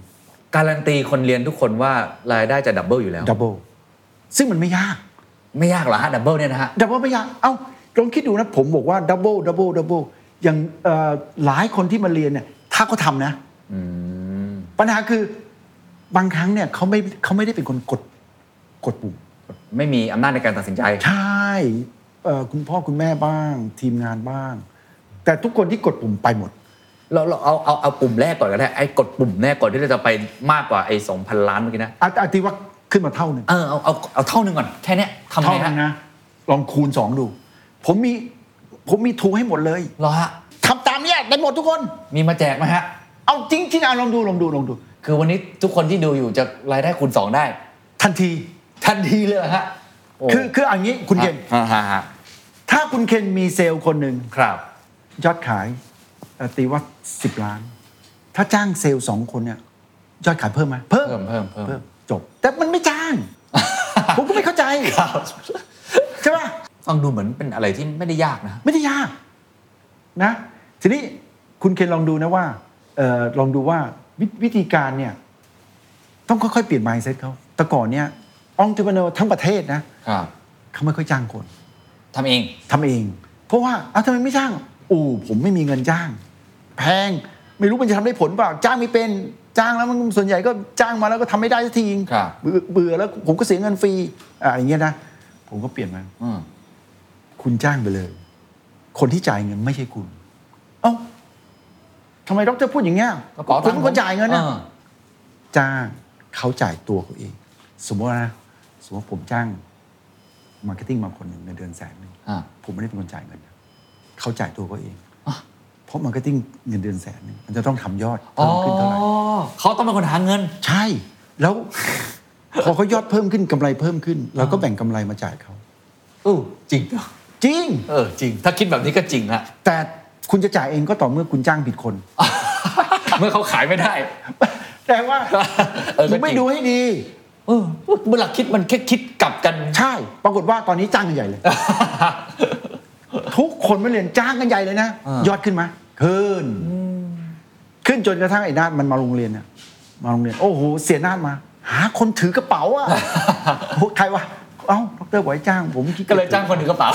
Speaker 1: การันตีคนเรียนทุกคนว่ารายได้จะดับเบิลอยู่แล้ว
Speaker 2: ดับเบิล ซึ่งมันไม่ยาก
Speaker 1: ไม่ยากหรอฮะดับเบิลเนี่ยนะฮะ
Speaker 2: ดับเบิลไม่ยาก เอ้า ลองคิดดูนะ ผมบอกว่าดับเบิล ดับเบิล ดับเบิล อย่างเอ่อหลายคนที่มาเรียนเนี่ย ถ้าเขาทำนะ
Speaker 1: อืม
Speaker 2: ปัญหาคือบางครั้งเนี่ยเขาไม่เขาไม่ได้เป็นคนกดกดปุ่ม
Speaker 1: ไม่มีอำนาจในการตัดสินใจ
Speaker 2: ใช่เอ่อคุณพ่อคุณแม่บ้าง ทีมงานบ้าง แต่ทุกคนที่กดปุ่มไปหมด
Speaker 1: เราเราเอาเอาเอาปุ่มแรกก่อนก็ได้ไอ้กดปุ่มแรกก่อนที่เราจะไปมากกว่าไอ้สองพันล้านเมื่อกี้นะ
Speaker 2: อาอาทิว่าขึ้นมาเท่าหนึ่ง
Speaker 1: เออเอาเอาเอาเท่านึงก่อนแค่เนี้ยทำไง
Speaker 2: เท่านั้น
Speaker 1: ฮะ
Speaker 2: นะ ลองคูณ 2 ดู ผมมีผมมีทูให้หมดเลย
Speaker 1: เหรอฮะ
Speaker 2: ทำตามเนี่ยได้หมดทุกคน
Speaker 1: มีมาแจกไหมฮะ
Speaker 2: เอาจริงๆอ่ะลองดูลองดูลองดู
Speaker 1: คือวันนี้ทุกคนที่ดูอยู่จะรายได้คูณ 2 ได้
Speaker 2: ทันที
Speaker 1: ทันทีเลยเหรอฮะโ
Speaker 2: คือคืออย่างนี้คุณเคน
Speaker 1: ฮะฮะฮะ
Speaker 2: ถ้าคุณเคนมีเซลล์คนหนึ่ง
Speaker 1: ครับ
Speaker 2: ยอดขายเอ่อตีว่า 10 ล้าน ถ้าจ้างเซลล์สองคนเนี่ยยอดขายเพิ่มไหมเพิ่ม
Speaker 1: เพิ่มเพิ่มเพิ่ม
Speaker 2: จบ แต่มันไม่จ้าง ผมก็ไม่เข้าใจ
Speaker 1: ครับ
Speaker 2: ใช่ป่ะ
Speaker 1: ฟังดูเหมือนเป็นอะไรที่ไม่ได้ยากนะ
Speaker 2: ไม่ได้ยากนะทีนี้คุณเคนลองดูนะว่าเออลองดูว่าววิธีการเนี่ยต้องค่อยๆเปลี่ยน mindset เขาแต่ก่อนเนี่ยองค์ท p เนอร์ทั้งประเทศนะครับ เขาไม่ค่อยจ้างคน
Speaker 1: ทำเอง
Speaker 2: ทำเอง เพราะว่าเอาทำไมไม่จ้างอู้ผมไม่มีเงินจ้าง แพงไม่รู้มันจะทำได้ผลเปล่า จ้างไม่เป็นจ้างแล้วมันส่วนใหญ่ก็จ้างมาแล้วก็ทำไม่ได้สักที
Speaker 1: ครับ
Speaker 2: เบื่อเบื่อแล้วผมก็เสียเงินฟรีอ่าอย่างเงี้ยนะผมก็เปลี่ยนมา
Speaker 1: อืม
Speaker 2: คุณจ้างไปเลย คนที่จ่ายเงินไม่ใช่คุณ เอ้าทำไมดรพูดอย่างเงี้ย
Speaker 1: กระเป๋า
Speaker 2: คุ
Speaker 1: ตั
Speaker 2: ณ
Speaker 1: ง
Speaker 2: เป็
Speaker 1: ค์
Speaker 2: นคนจ่ายเงินนะ
Speaker 1: ออ
Speaker 2: จ้างเขาจ่ายตัวเขาเอง สมมติว่านะสมมติว่าผมจ้างมาร์เก็ตติ้งมาคนหนึ่งในเดือนแสนหนึ่ง
Speaker 1: อ่ะ
Speaker 2: ผมไม่ได้เป็นคนจ่ายเงินนะเขาจ่ายตัวเขาเอง
Speaker 1: อ่ะ
Speaker 2: เพราะมาร์เก็ตติ้งเงินเดือนแสนหนึ่งมันจะต้องทำยอด
Speaker 1: อ๋อ
Speaker 2: เพิ่มขึ้นเท่าไหร่
Speaker 1: เขาต้องเป็นคนหาเงิน
Speaker 2: ใช่ แล้ว พอเขายอดเพิ่มขึ้นกำไรเพิ่มขึ้นเราก็แบ่งกำไรมาจ่ายเขา
Speaker 1: อู้จริงด้วย
Speaker 2: จริง
Speaker 1: เออจริง ถ้าคิดแบบนี้ก็จริงฮะ
Speaker 2: แต่คุณจะจ่ายเองก็ต่อเมื่อคุณจ้างผิดคน
Speaker 1: เมื่อเขาขายไม่ได้
Speaker 2: แต่ว่า
Speaker 1: เออก็จริง
Speaker 2: คุณไม่ดูให้ดี
Speaker 1: เออเมื่อหลักคิดมันแค่คิดกลับกัน
Speaker 2: ใช่ ปรากฏว่าตอนนี้จ้างกันใหญ่ เลย ทุกคนมาเรียนจ้างกันใหญ่เลยนะ
Speaker 1: อ่าย ย
Speaker 2: อดขึ้นไหมขึ้น ขึ้นจนกระทั่งไอ้นาดมันมาโรงเรียนเนี่ยมาโรงเรียน โอ้โห เสียนาดมา หาคนถือกระเป๋า อะ โอ้ใครวะ เอ้าดรไหวจ้าง ผมขี้จ
Speaker 1: ก็เลยจ้างคนถือกระเป๋า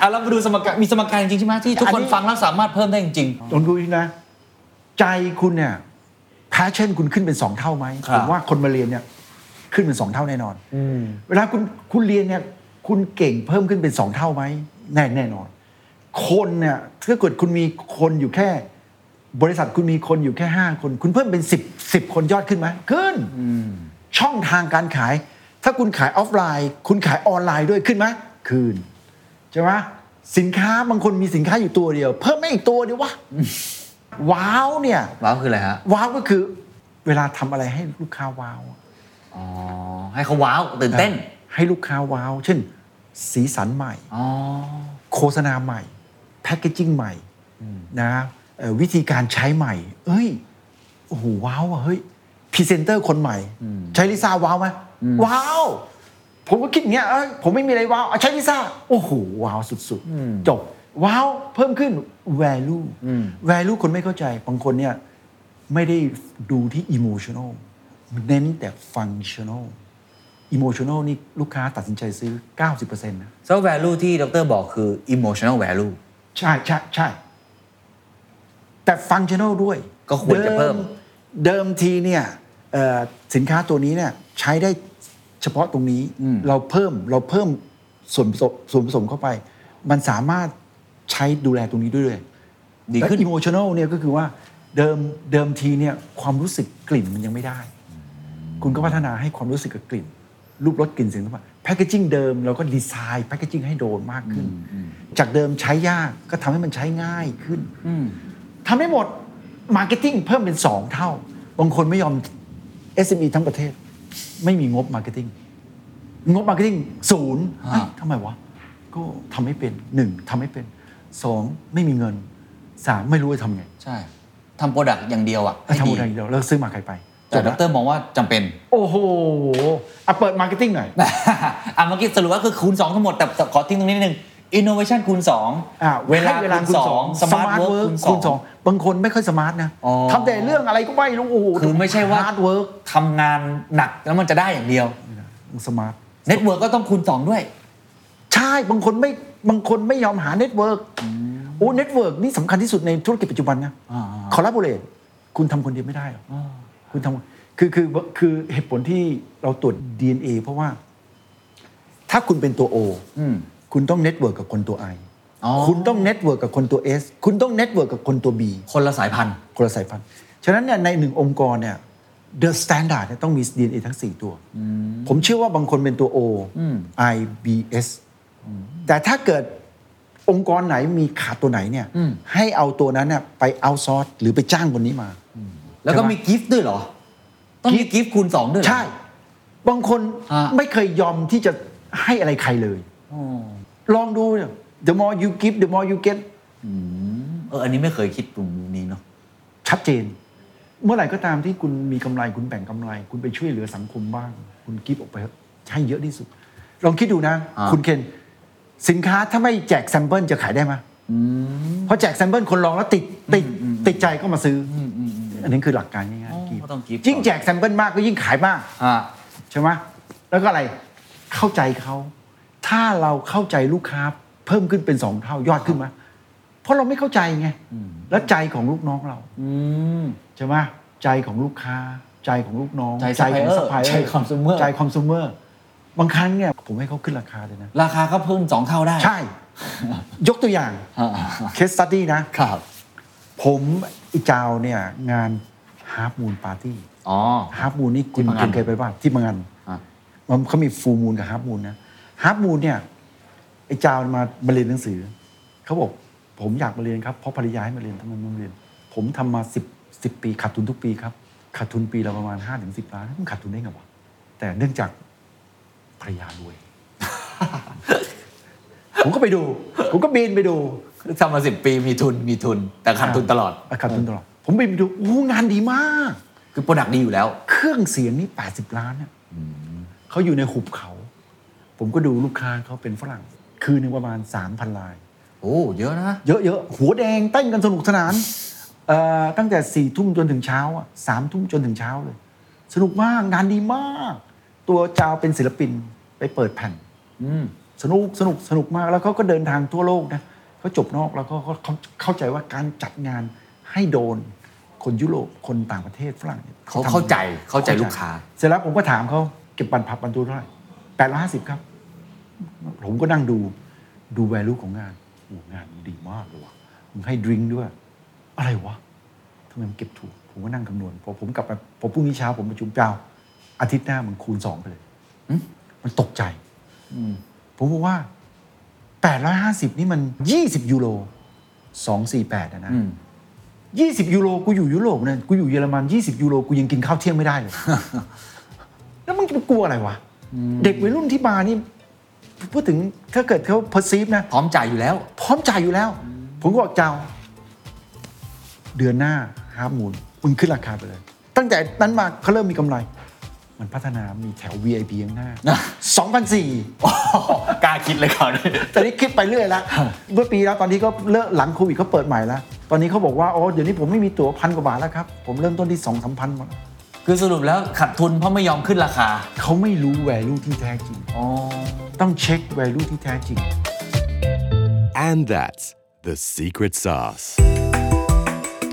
Speaker 1: อ่ะเรามาดูสมการมีสมการจริงๆใช่ไหมที่ทุกคนฟังแล้วสามารถเพิ่มได้จริง
Speaker 2: ลองดูดินะ ใจคุณเนี่ย passion คุณขึ้นเป็นสองเท่าไหม
Speaker 1: ครั
Speaker 2: ผ
Speaker 1: บ
Speaker 2: มว่าคนมาเรียนเนี่ย ขึ้นเป็นสองเท่าแน่นอน เวลาคุณคุณเรียนเนี่ยคุณเก่งเพิ่มขึ้นเป็นสองเท่าไหมแน่แน่นอน คนเนี่ยถ้าเกิดคุณมีคนอยู่แค่ บริษัทคุณมีคนอยู่แค่ 5 คน คุณเพิ่มเป็น 10 10 คนยอดขึ้นไหมขึ้นช่องทางการขาย ถ้าคุณขายออฟไลน์ คุณขายออนไลน์ด้วยขึ้นไหมขึ้นใช่ไหมสินค้าบางคนมีสินค้าอยู่ตัวเดียว เพิ่มไม่อีกตัวเดียววะว้าวเนี่ย
Speaker 1: ว้าวคืออะไรฮะ
Speaker 2: ว้าวก็คือเวลาทำอะไรให้ลูกค้าว้าวอะ
Speaker 1: อ๋อให้เขาว้าวตื่นเต้น
Speaker 2: ให้ลูกค้าว้าว เช่น สีสันใหม่
Speaker 1: อ๋อ
Speaker 2: โฆษณาใหม่ แพคเกจิ้งใหม่นะเอ่อวิธีการใช้ใหม่ เอ้ย โอ้โหว้าวอ่ะเฮ้ยพรีเซนเตอร์คนใหม่ ใช้ลิซ่าว้าวไหมว้าว ผมก็คิดอย่างเงี้ยเอ้ยผมไม่มีอะไรว้าวเอาใช้ลิซ่า โอ้โหว้าวสุดๆ จบ ว้าว เพิ่มขึ้น value value คนไม่เข้าใจบางคนเนี่ย ไม่ได้ดูที่ emotional เน้นแต่ functional emotional นี่ลูกค้าตัดสินใจซื้อ 90%นะ
Speaker 1: ซอฟต์แวลูที่ดรบอกคือ emotional value
Speaker 2: ใช่ใช่ใช่แต่ฟังชั่นอลด้วย
Speaker 1: ก็ควรจะเพิ่ม
Speaker 2: ดิเดิมทีเนี่ยเอ่อสินค้าตัวนี้เนี่ยใช้ได้เฉพาะตรงนี้เราเพิ่มเราเพิ่มส่วนผสมส่วนผสมเข้าไป มันสามารถใช้ดูแลตรงนี้ด้วยเลย
Speaker 1: ดีขึ้น
Speaker 2: อิโมชั่นอลเนี่ยก็คือว่าเดิมเดิมทีเนี่ยความรู้สึกกลิ่นมันยังไม่ได้ คุณก็พัฒนาให้ความรู้สึกกับกลิ่น รูปรสกลิ่นเสียงสัมผัสแพคเกจิ้งเดิมเราก็ดีไซน์แพคเกจิ้งให้โดนมากขึ้น จากเดิมใช้ยากก็ทำให้มันใช้ง่ายขึ้นทำให้หมดมาร์เก็ตติ้งเพิ่มเป็น 2 เท่า บางคนไม่ยอม SME ทั้งประเทศ ไม่มีงบมาร์เก็ตติ้งงบมาร์เก็ตติ้งศูนย์เอ้ยทำไมวะ ก็ทำไม่เป็นหนึ่งทำไม่เป็นสองไม่มีเงินสามไม่รู้จะทำไง
Speaker 1: ใช่ทำโปรดักต์อย่างเดียวอ่ะให้
Speaker 2: ทำ
Speaker 1: ดี
Speaker 2: อะไรเดียวเลิกซื้อมาใครไป
Speaker 1: แต่
Speaker 2: จบ
Speaker 1: ด
Speaker 2: ละ
Speaker 1: รมองว่าจำเป็น
Speaker 2: โอ้โหอ่ะเปิดมาร์เก็ตติ้งหน่อย
Speaker 1: อ่ะเมื่อกี้สรุปว่าคือคูณ 2 ทั้งหมด แต่แต่ขอทิ้งตรงนี้นิดนึง innovation คูณ
Speaker 2: อ่ะ
Speaker 1: 2 เวลา
Speaker 2: ให้
Speaker 1: คูณ 2 smart
Speaker 2: smart
Speaker 1: work
Speaker 2: work
Speaker 1: คู
Speaker 2: คู
Speaker 1: ณ
Speaker 2: ณสองบางคนไม่ค่อยสมาร์ทนะ
Speaker 1: อ๋อ
Speaker 2: ทำแต่เรื่องอะไรก็ไม่รู้โอ้โห
Speaker 1: 2 คือไม่ใช่ว่า
Speaker 2: ฮาร์ดเวิร์ก
Speaker 1: ทำงานหนักแล้วมันจะได้อย่างเดียว
Speaker 2: สมาร์ท
Speaker 1: network ก็ต้องคูณ 2 ด้วย
Speaker 2: ใช่บางคนไม่บางคนไม่ยอมหาเน็ตเวิร์กโอ้เน็ตเวิร์กนี่สำคัญที่สุดในธุรกิจปัจจุบันนะ
Speaker 1: อ่า
Speaker 2: คอลลาบอเรทคุณทำคนเดียวไม่ได้หรอกคุณทำคือคือคือเหตุผลที่เราตรวจ DNA เพราะว่า ถ้าคุณเป็นตัว O
Speaker 1: อืม
Speaker 2: คุณต้องเน็ตเวิร์กกับคนตัว I
Speaker 1: อ๋อ
Speaker 2: คุณต้องเน็ตเวิร์กกับคนตัว S คุณต้องเน็ตเวิร์กกับคนตัว B
Speaker 1: คนละสายพันธุ์
Speaker 2: คนละสายพันธุ์ ฉะนั้นเนี่ยในหนึ่งองค์กรเนี่ย The Standard เนี่ยต้องมี DNA ทั้ง 4 ตัว ผมเชื่อว่าบางคนเป็นตัว O I B S แต่ถ้าเกิดองค์กรไหนมีขาดตัวไหนเนี่ย ให้เอาตัวนั้นเนี่ยไปเอาซอร์สหรือไปจ้างคนนี้มา
Speaker 1: แล้วก็มี gift ด้วยเหรอ ต้องมี gift คูณ 2 ด้วยเหรอ
Speaker 2: ใช่ บางคน
Speaker 1: ฮะ
Speaker 2: ไม่เคยยอมที่จะให้อะไรใครเลย
Speaker 1: อ๋อ
Speaker 2: ลองดูเนี่ย the more you give the more you get
Speaker 1: เอออันนี้ไม่เคยคิดมุมนี้เนาะ
Speaker 2: ชัดเจน เมื่อไหร่ก็ตามที่คุณมีกำไรคุณแบ่งกำไร คุณไปช่วยเหลือสังคมบ้าง คุณกิฟออกไปเถอะให้เยอะที่สุด ลองคิดดูนะ
Speaker 1: อ่า
Speaker 2: คุณเคนสินค้าถ้าไม่แจกแซมเปิลจะขายได้ไหมเพราะแจกแซมเปิลคนลองแล้วติดติดติดใจก็มาซื้อออันนี้คือหลักการง่ายๆ
Speaker 1: ก็ต้อง give
Speaker 2: ยิ่งแจกแซมเปิลมากก็ยิ่งขายมาก
Speaker 1: อ่า
Speaker 2: ใช่ไหมแล้วก็อะไร เข้าใจเขา ถ้าเราเข้าใจลูกค้าเพิ่มขึ้นเป็นสองเท่ายอดขึ้นไหมเพราะเราไม่เข้าใจไง แล้วใจของลูกน้องเรา
Speaker 1: อืม
Speaker 2: ใช่ไหมใจของลูกค้า ใจของลูกน้อง
Speaker 1: ใจ
Speaker 2: ของ
Speaker 1: supplier
Speaker 2: supplier
Speaker 1: ใจ consumer
Speaker 2: ใจคอม sumer บางครั้งเนี่ยผมให้เขาขึ้นราคาเลยนะ
Speaker 1: ราคาก็เพิ่ม 2 เท่าได้
Speaker 2: ใช่ ยกตัวอย่าง
Speaker 1: อ่า
Speaker 2: case study นะ
Speaker 1: ครับ
Speaker 2: ผมอีจาวเนี่ยงาน half moon party
Speaker 1: อ๋อ
Speaker 2: half moon นี่คุณ
Speaker 1: ที่พังงา
Speaker 2: คุ
Speaker 1: น
Speaker 2: ณเคยไปบ้างที่บางงาน
Speaker 1: อ่ะ
Speaker 2: มันเขามี full moon กับ half moon นะ half moon เนี่ยไอ้จาวมามาเรียนหนังสือ เขาบอก ผมอยากมาเรียนครับเพราะภรรยาให้มาเรียนทำไมไมาเรียน ผมทำมาสิบสิบปีขาดทุนทุกปีครับขาดทุนปีละประมาณห้าถึงสิบล้านมันขาดทุนได้ไงวะแต่เนื่องจากภรรยารวย ผมก็ไปดู ผมก็บินไปดู
Speaker 1: ทำมาสิบปีมีทุนมีทุน แต่ขาดทุนตลอด
Speaker 2: ขาดทุนตลอด ผมบินไปดูโอ้โหงานดีมาก
Speaker 1: คือโปรดักต์ดีอยู่แล้ว
Speaker 2: เครื่องเสียงนี่ 80 ล้านเนี่ยเขาอยู่ในหุบเขา ผมก็ดูลูกค้าเขาเป็นฝรั่ง คืนหนึ่งประมาณ 3,000 ลาย
Speaker 1: โอ้เยอะนะ
Speaker 2: เยอะๆ หัวแดงเต้นกันสนุกสนานเอ่อตั้งแต่4ี่ทุ่มจนถึงเช้าอ่ะสามทุ่มจนถึงเช้าเลย สนุกมาก งานดีมาก ตัวจาวเป็นศิลปินไปเปิดแผ่น
Speaker 1: อืม
Speaker 2: สนุกสนุกสนุกมากแล้วเขาก็เดินทางทั่วโลกนะเขาจบนอกแล้วก็เขาเขาเข้าใจว่าการจัดงานให้โดนคนยุโรปคนต่างประเทศฝรั่งนี่ย
Speaker 1: เขา
Speaker 2: ทำ
Speaker 1: เข้าใจเข้าใจลูกค้า
Speaker 2: เสร็จแล้วผมก็ถามเขา เก็บบันพับบันทุนเท่าไหร่แปดร้อยห้าสิบครับ ผมก็นั่งดูดู value ของงานโอ้งานมันดีมากเลยว่ะมึงให้ดริงก์ด้วย อะไรวะทำไมมันเก็บถูก ผมก็นั่งคำนวณพอผมกลับมาพอพรุ่งนี้เช้าผมประชุมเจ้า อาทิตย์หน้ามันคูณสองไปเลยอืมมันตกใจผมบอกว่า 850 นี่มัน 20 ยูโร248อะนะ
Speaker 1: อืม
Speaker 2: 20 ยูโรกูอยู่ยุโรปเนี่ยกูอยู่เยอรมัน 20 ยูโรกูยังกินข้าวเที่ยงไม่ได้เลย แล้วมึงจะไปกลัวอะไรวะ เด็กวัยรุ่นที่มานี่ พูดถึงถ้าเกิดเขา perceive นะ
Speaker 1: พร้อมจ่ายอยู่แล้ว
Speaker 2: พร้อมจ่ายอยู่แล้ว ผมก็บอกเจ้า เดือนหน้าฮาร์มูลมึงขึ้นราคาไปเลย ตั้งแต่นั้นมาเขาเริ่มมีกำไร มันพัฒนามีแถว VIP ข้างหน้า 2,004
Speaker 1: กล้าคิดเลยคราวนี้
Speaker 2: แต่นี่คิดไปเรื่อยแล้วเมื่อปีแล้วตอนนี้ก็เลิกหลังโควิดเขาเปิดใหม่แล้ว ตอนนี้เขาบอกว่า โอ้เดี๋ยวนี้ผมไม่มีตั๋วพันกว่าบาทแล้วครับ ผมเริ่มต้นที่2 3 0 0 0หมด
Speaker 1: คือสรุปแล้วขาดทุนเพราะไม่ยอมขึ้นราคา
Speaker 2: เขาไม่รู้ value ที่แท้จริง
Speaker 1: อ๋อ
Speaker 2: ต้องเช็ค value ที่แท้จริง
Speaker 3: And that's the secret sauce.
Speaker 5: ถ